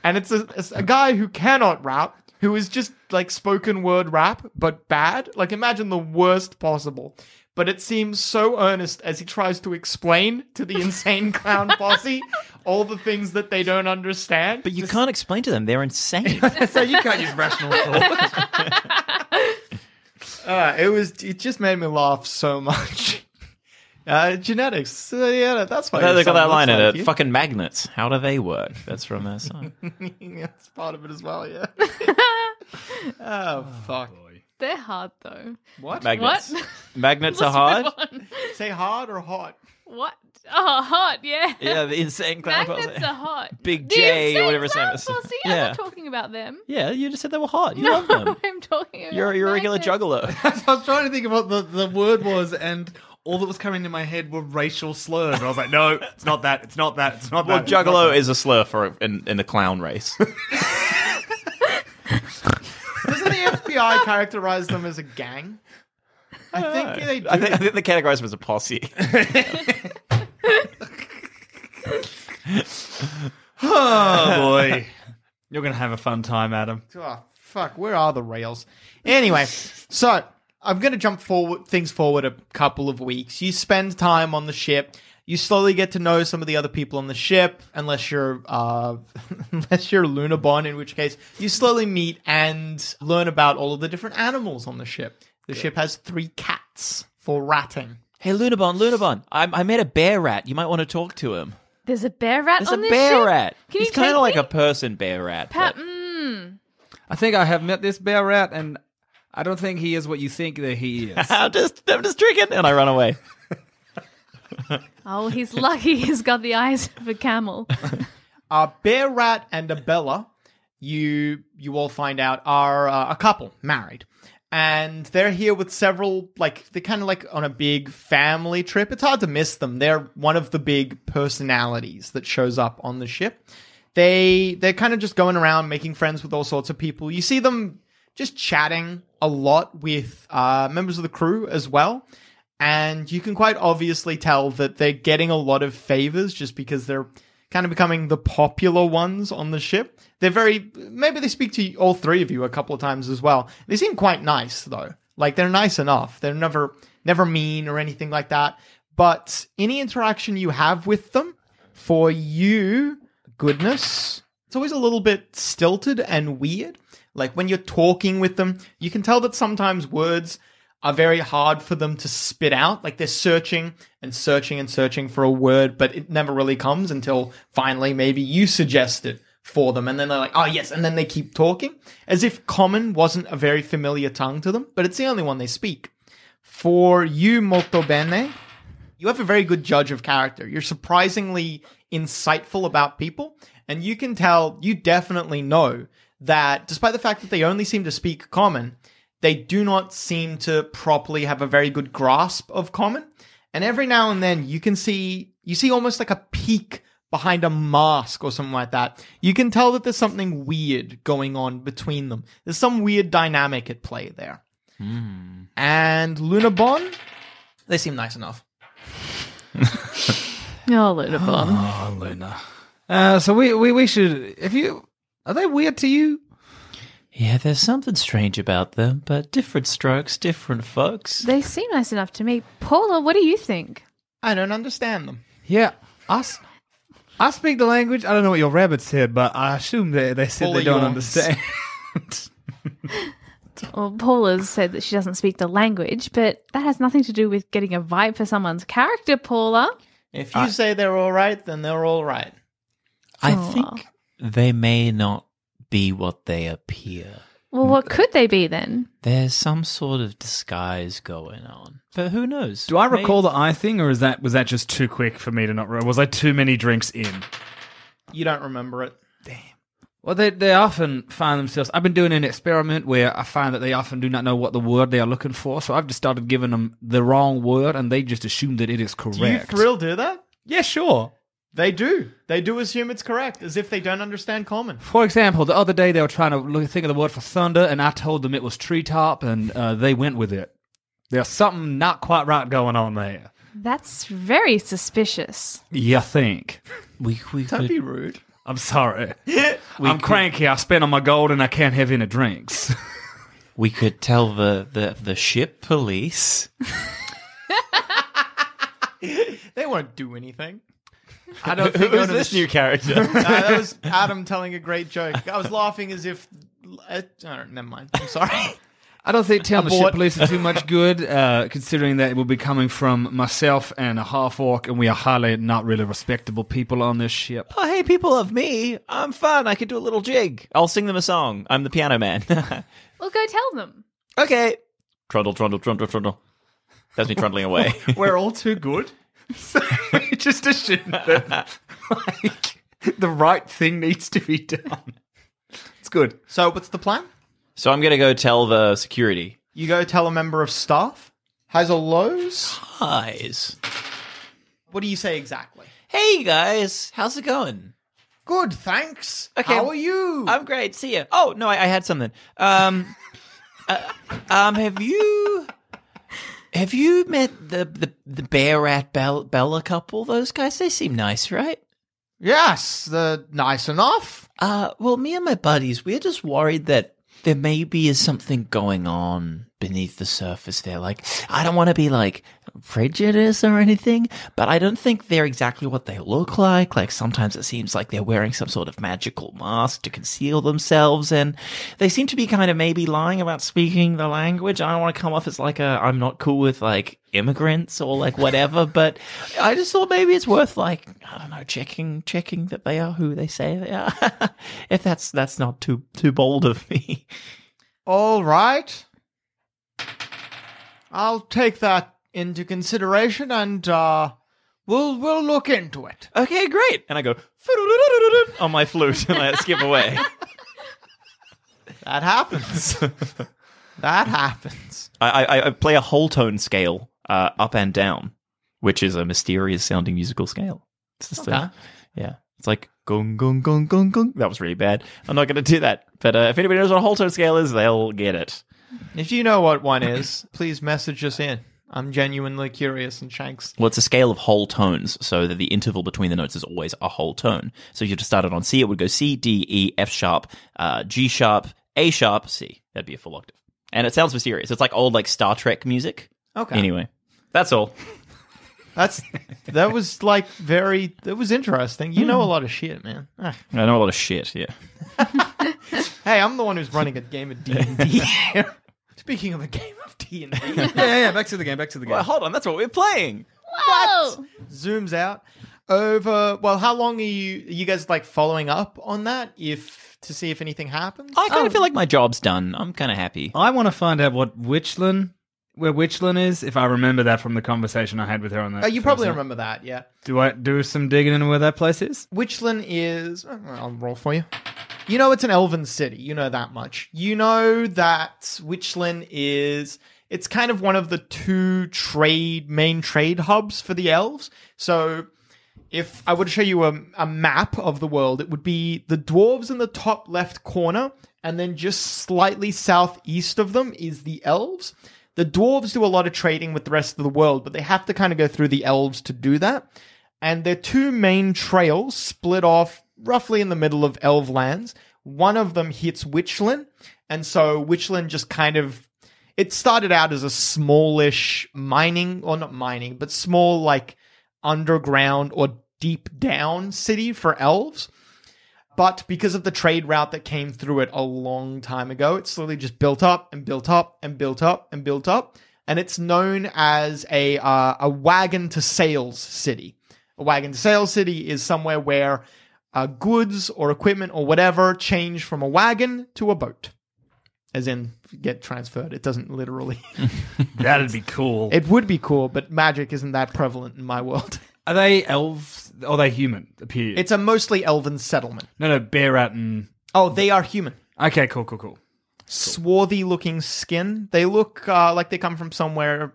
[SPEAKER 4] and it's a, it's a guy who cannot rap, who is just like spoken word rap, but bad. Like imagine the worst possible. But it seems so earnest as he tries to explain to the insane clown posse all the things that they don't understand.
[SPEAKER 6] But you can't explain to them; they're insane.
[SPEAKER 12] so you can't use rational thought.
[SPEAKER 4] Uh, it was. It just made me laugh so much. Uh, genetics. So, yeah, that's why.
[SPEAKER 6] Look at
[SPEAKER 4] someone
[SPEAKER 6] that line
[SPEAKER 4] looks
[SPEAKER 6] in
[SPEAKER 4] like
[SPEAKER 6] it.
[SPEAKER 4] you.
[SPEAKER 6] Fucking magnets. How do they work? That's from that song.
[SPEAKER 4] that's part of it as well. Yeah. oh fuck.
[SPEAKER 2] They're hard though.
[SPEAKER 4] What?
[SPEAKER 6] Magnets.
[SPEAKER 2] What?
[SPEAKER 6] Magnets are
[SPEAKER 2] What's
[SPEAKER 6] hard.
[SPEAKER 2] with one?
[SPEAKER 4] Say hard or hot.
[SPEAKER 2] What? Oh, hot. Yeah.
[SPEAKER 6] Yeah, the insane clown
[SPEAKER 2] Magnets
[SPEAKER 6] posse.
[SPEAKER 2] are hot.
[SPEAKER 6] Big
[SPEAKER 2] The
[SPEAKER 6] J or
[SPEAKER 2] insane
[SPEAKER 6] whatever his name
[SPEAKER 2] clown
[SPEAKER 6] is.
[SPEAKER 2] posse? I'm
[SPEAKER 6] Yeah.
[SPEAKER 2] not talking about them.
[SPEAKER 6] Yeah, you just said they were hot. You
[SPEAKER 2] no,
[SPEAKER 6] love them.
[SPEAKER 2] I'm talking about
[SPEAKER 6] You're, you're a regular juggler.
[SPEAKER 4] I was trying to think of what the, the word was, and all that was coming into my head were racial slurs. I was like, no,
[SPEAKER 7] It's not that. It's not that. It's not
[SPEAKER 6] Well,
[SPEAKER 7] that. it's not that.
[SPEAKER 6] juggalo is a slur for in, in the clown race.
[SPEAKER 4] doesn't the FBI characterize them as a gang? I think they do.
[SPEAKER 6] I think, I think they categorized him as a posse.
[SPEAKER 4] oh boy.
[SPEAKER 12] You're going to have a fun time, Adam.
[SPEAKER 4] Oh fuck, where are the rails? Anyway, so I'm gonna jump forward things forward a couple of weeks. You spend time on the ship. You slowly get to know some of the other people on the ship, unless you're uh, unless you're Lunabon, in which case you slowly meet and learn about all of the different animals on the ship. The ship has three cats for ratting.
[SPEAKER 6] Hey, Lunabon, Lunabon, I, I met a bear rat. You might want to talk to him.
[SPEAKER 2] There's a bear rat
[SPEAKER 6] There's
[SPEAKER 2] on
[SPEAKER 6] a
[SPEAKER 2] this
[SPEAKER 6] bear
[SPEAKER 2] ship?
[SPEAKER 6] rat.
[SPEAKER 2] Can
[SPEAKER 6] He's
[SPEAKER 2] you take
[SPEAKER 6] kind of like
[SPEAKER 2] me?
[SPEAKER 6] a person bear rat.
[SPEAKER 2] Pat? Mm.
[SPEAKER 5] I think I have met this bear rat, and I don't think he is what you think that he is.
[SPEAKER 6] I'm just, I'm just drinking, and I run away.
[SPEAKER 2] Oh, he's lucky he's got the eyes of a camel.
[SPEAKER 4] Uh, Bear Rat and Abella, you you all find out are uh, a couple married, and they're here with several like they're kind of like on a big family trip. It's hard to miss them. They're one of the big personalities that shows up on the ship. They they're kind of just going around making friends with all sorts of people. You see them just chatting a lot with uh, members of the crew as well. And you can quite obviously tell that they're getting a lot of favors just because they're kind of becoming the popular ones on the ship. They're very, maybe they speak to all three of you a couple of times as well. They seem quite nice though. Like they're nice enough. They're never, never mean or anything like that. But any interaction you have with them, for you, goodness, it's always a little bit stilted and weird. Like when you're talking with them, you can tell that sometimes words are very hard for them to spit out. Like they're searching and searching and searching for a word, but it never really comes until finally maybe you suggest it for them. And then they're like, oh, yes. And then they keep talking as if common wasn't a very familiar tongue to them, but it's the only one they speak. For you, molto bene, you have a very good judge of character. You're surprisingly insightful about people, and you can tell, you definitely know that despite the fact that they only seem to speak common, they do not seem to properly have a very good grasp of common. And every now and then you can see, you see almost like a peek behind a mask or something like that. You can tell that there's something weird going on between them. There's some weird dynamic at play there. And Lunabon, they seem nice enough.
[SPEAKER 2] Oh, Luna Bomb.
[SPEAKER 5] Oh, Luna. Uh, so we, we we should. If you are they weird to you?
[SPEAKER 6] Yeah, there's something strange about them, but different strokes, different folks.
[SPEAKER 2] They seem nice enough to me. Paula, what do you think?
[SPEAKER 4] I don't understand them.
[SPEAKER 5] Yeah, us. I speak the language. I don't know what your rabbit said, but I assume they they said
[SPEAKER 4] All
[SPEAKER 5] they don't
[SPEAKER 4] yours.
[SPEAKER 5] understand.
[SPEAKER 2] Well, Paula's said that she doesn't speak the language, but that has nothing to do with getting a vibe for someone's character, Paula.
[SPEAKER 4] If you say they're all right, then they're all right.
[SPEAKER 6] I
[SPEAKER 2] Aw.
[SPEAKER 6] think they may not be what they appear.
[SPEAKER 2] Well, what could they be then?
[SPEAKER 6] There's some sort of disguise going on, but who knows?
[SPEAKER 5] Do I
[SPEAKER 6] Maybe-
[SPEAKER 5] recall the eye thing, or is that
[SPEAKER 12] Was that just too quick for me to not remember? Was I too many drinks in?
[SPEAKER 4] You don't remember it.
[SPEAKER 5] Well, they, they often find themselves. I've been doing an experiment where I find that they often do not know what the word they are looking for, so I've just started giving them the wrong word, and they just assume that it is correct.
[SPEAKER 4] Do you thrill do that?
[SPEAKER 5] yeah, sure.
[SPEAKER 4] They do. They do assume it's correct, as if they don't understand common.
[SPEAKER 5] For example, the other day they were trying to look, think of the word for thunder, and I told them it was treetop, and uh, they went with it. There's something not quite right going on there.
[SPEAKER 2] That's very suspicious.
[SPEAKER 5] You think?
[SPEAKER 6] We, we could,
[SPEAKER 4] rude.
[SPEAKER 5] I'm sorry.
[SPEAKER 6] We
[SPEAKER 5] I'm
[SPEAKER 6] could-
[SPEAKER 5] cranky. I spent all my gold, and I can't have any drinks.
[SPEAKER 6] we could tell the, the, the ship police.
[SPEAKER 4] They won't do anything.
[SPEAKER 5] I don't
[SPEAKER 6] Who
[SPEAKER 5] think
[SPEAKER 6] is
[SPEAKER 5] none of
[SPEAKER 6] this
[SPEAKER 5] the-
[SPEAKER 6] new character?
[SPEAKER 4] No, that was Adam telling a great joke. I was laughing as if. uh, I don't, never mind. I'm sorry.
[SPEAKER 5] I don't think telling the
[SPEAKER 4] Abort.
[SPEAKER 5] ship police is too much good, uh, considering that it will be coming from myself and a half orc, and we are highly not really respectable people on this ship.
[SPEAKER 6] oh, hey, people love me. I'm fun. I could do a little jig. I'll sing them a song. I'm the piano man.
[SPEAKER 2] Well, go tell them.
[SPEAKER 6] okay. Trundle, trundle, trundle, trundle. That's me trundling away.
[SPEAKER 4] We're all too good.
[SPEAKER 12] So we just assume that like, the right thing needs to be done.
[SPEAKER 6] It's good.
[SPEAKER 4] So what's the plan?
[SPEAKER 6] So I'm gonna go tell the security.
[SPEAKER 4] You go tell a member of staff. Highs or lows?
[SPEAKER 6] Highs.
[SPEAKER 4] What do you say exactly?
[SPEAKER 6] Hey guys, how's it going?
[SPEAKER 4] Good, thanks.
[SPEAKER 6] Okay,
[SPEAKER 4] How are you?
[SPEAKER 6] I'm great. See ya. Oh no, I, I had something. Um, uh, um, have you have you met the the, the bear rat Bell, Bella couple? Those guys, they seem nice, right?
[SPEAKER 4] Yes, they're nice enough.
[SPEAKER 6] Uh, well, me and my buddies, we're just worried that there maybe is something going on beneath the surface there. Like, I don't want to be like prejudiced or anything, but I don't think they're exactly what they look like. Like, sometimes it seems like they're wearing some sort of magical mask to conceal themselves, and they seem to be kind of maybe lying about speaking the language. I don't want to come off as like a I'm not cool with like immigrants or like whatever, but I just thought maybe it's worth like I don't know checking checking that they are who they say they are. if that's that's not too too bold of me.
[SPEAKER 4] All right. I'll take that into consideration and uh we'll we'll look into it.
[SPEAKER 6] Okay, great. And I go on my flute and I skip away.
[SPEAKER 4] That happens. that happens.
[SPEAKER 6] I, I, I play a whole tone scale uh, up and down, which is a mysterious sounding musical scale. It's just a-
[SPEAKER 4] Okay.
[SPEAKER 6] yeah, it's like gong gong gong gong gong. That was really bad. I'm not going to do that. But uh, if anybody knows what a whole tone scale is, they'll get it.
[SPEAKER 4] If you know what one is, please message us in. I'm genuinely curious and Shanks.
[SPEAKER 6] Well, it's a scale of whole tones, so that the interval between the notes is always a whole tone. So if you just started on C, it would go C, D, E, F sharp, uh, G sharp, A sharp, C. That'd be a full octave. And it sounds mysterious. It's like old like Star Trek music.
[SPEAKER 4] Okay.
[SPEAKER 6] Anyway, that's all.
[SPEAKER 4] That's that was like very that was interesting. You know a lot of shit, man. Ah.
[SPEAKER 6] I know a lot of shit. Yeah.
[SPEAKER 4] Hey, I'm the one who's running a game of D&D. Speaking of a game of D&D.
[SPEAKER 12] yeah, yeah, yeah. Back to the game. Back to the game.
[SPEAKER 6] hold on, that's what we're playing.
[SPEAKER 4] What? Zooms out over. Well, how long are you? Are you guys like following up on that if to see if anything happens?
[SPEAKER 6] I kind of feel like my job's done. I'm kind of happy.
[SPEAKER 5] Oh. I want to find out what Witchlin, where Witchlin is, if I remember that from the conversation I had with her on that.
[SPEAKER 4] Oh, you probably
[SPEAKER 5] first night.
[SPEAKER 4] remember that, yeah.
[SPEAKER 5] Do I do some digging into where that place is?
[SPEAKER 4] Witchland is. oh, I'll roll for you. You know it's an elven city. You know that much. You know that Witchland is. It's kind of one of the two trade main trade hubs for the elves. So, if I were to show you a, a map of the world, it would be the dwarves in the top left corner, and then just slightly southeast of them is the elves. The dwarves do a lot of trading with the rest of the world, but they have to kind of go through the elves to do that and their two main trails split off roughly in the middle of Elf Lands. One of them hits Witchland, and so Witchland just kind of it started out as a smallish mining or not mining, but small like underground or deep down city for elves. But because of the trade route that came through it a long time ago, it slowly just built up and built up and built up and built up, and it's known as a uh, a wagon to sales city. A wagon to sales city is somewhere where uh, goods or equipment or whatever change from a wagon to a boat, as in get transferred. It doesn't literally.
[SPEAKER 12] That'd be cool.
[SPEAKER 4] it would be cool, but magic isn't that prevalent in my world.
[SPEAKER 5] Are they elves? Are they human? Appear?
[SPEAKER 4] It's a mostly elven settlement.
[SPEAKER 5] no, no, bear rat and.
[SPEAKER 4] Oh, they are human.
[SPEAKER 5] Okay, cool, cool, cool.
[SPEAKER 4] Swarthy looking skin. They look uh, like they come from somewhere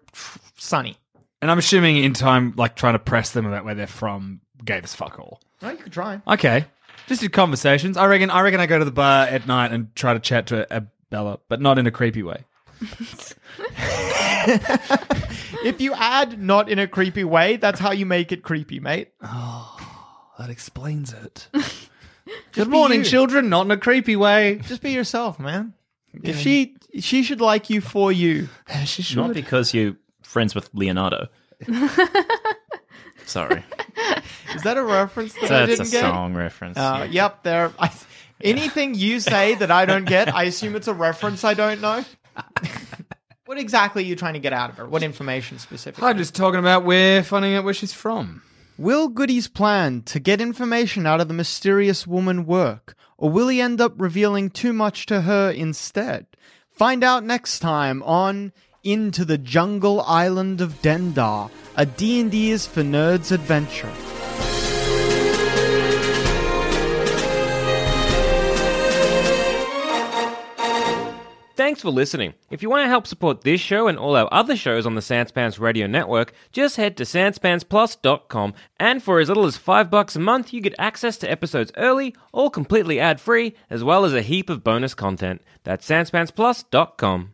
[SPEAKER 4] sunny.
[SPEAKER 5] And I'm assuming in time, like trying to press them about where they're from, gave us fuck all.
[SPEAKER 4] Oh, you could try.
[SPEAKER 5] Okay, just did conversations. I reckon. I reckon I go to the bar at night and try to chat to a, a Bella, but not in a creepy way.
[SPEAKER 4] If you add not in a creepy way, that's how you make it creepy, mate.
[SPEAKER 5] Oh, That explains it.
[SPEAKER 4] be
[SPEAKER 5] Good morning,
[SPEAKER 4] you.
[SPEAKER 5] children. Not in a creepy way.
[SPEAKER 4] Just be yourself, man. If she she should like you for you.
[SPEAKER 5] She
[SPEAKER 6] Not because you're friends with Leonardo. Sorry.
[SPEAKER 4] Is that a reference that I
[SPEAKER 6] That's
[SPEAKER 4] didn't
[SPEAKER 6] a
[SPEAKER 4] get?
[SPEAKER 6] song reference.
[SPEAKER 4] Uh, Yep, there. I, anything you say that I don't get, I assume it's a reference I don't know. what exactly are you trying to get out of her? What information specifically?
[SPEAKER 5] I'm just talking about where finding out where she's from.
[SPEAKER 4] Will Goody's plan to get information out of the mysterious woman work, or will he end up revealing too much to her instead? Find out next time on Into the Jungle Island of Dendar, a D&D is for nerds adventure.
[SPEAKER 3] Thanks for listening. If you want to help support this show and all our other shows on the Sanspants Radio Network, just head to sanspantsplus.com and for as little as 5 bucks a month, you get access to episodes early, all completely ad-free, as well as a heap of bonus content. That's sanspantsplus.com.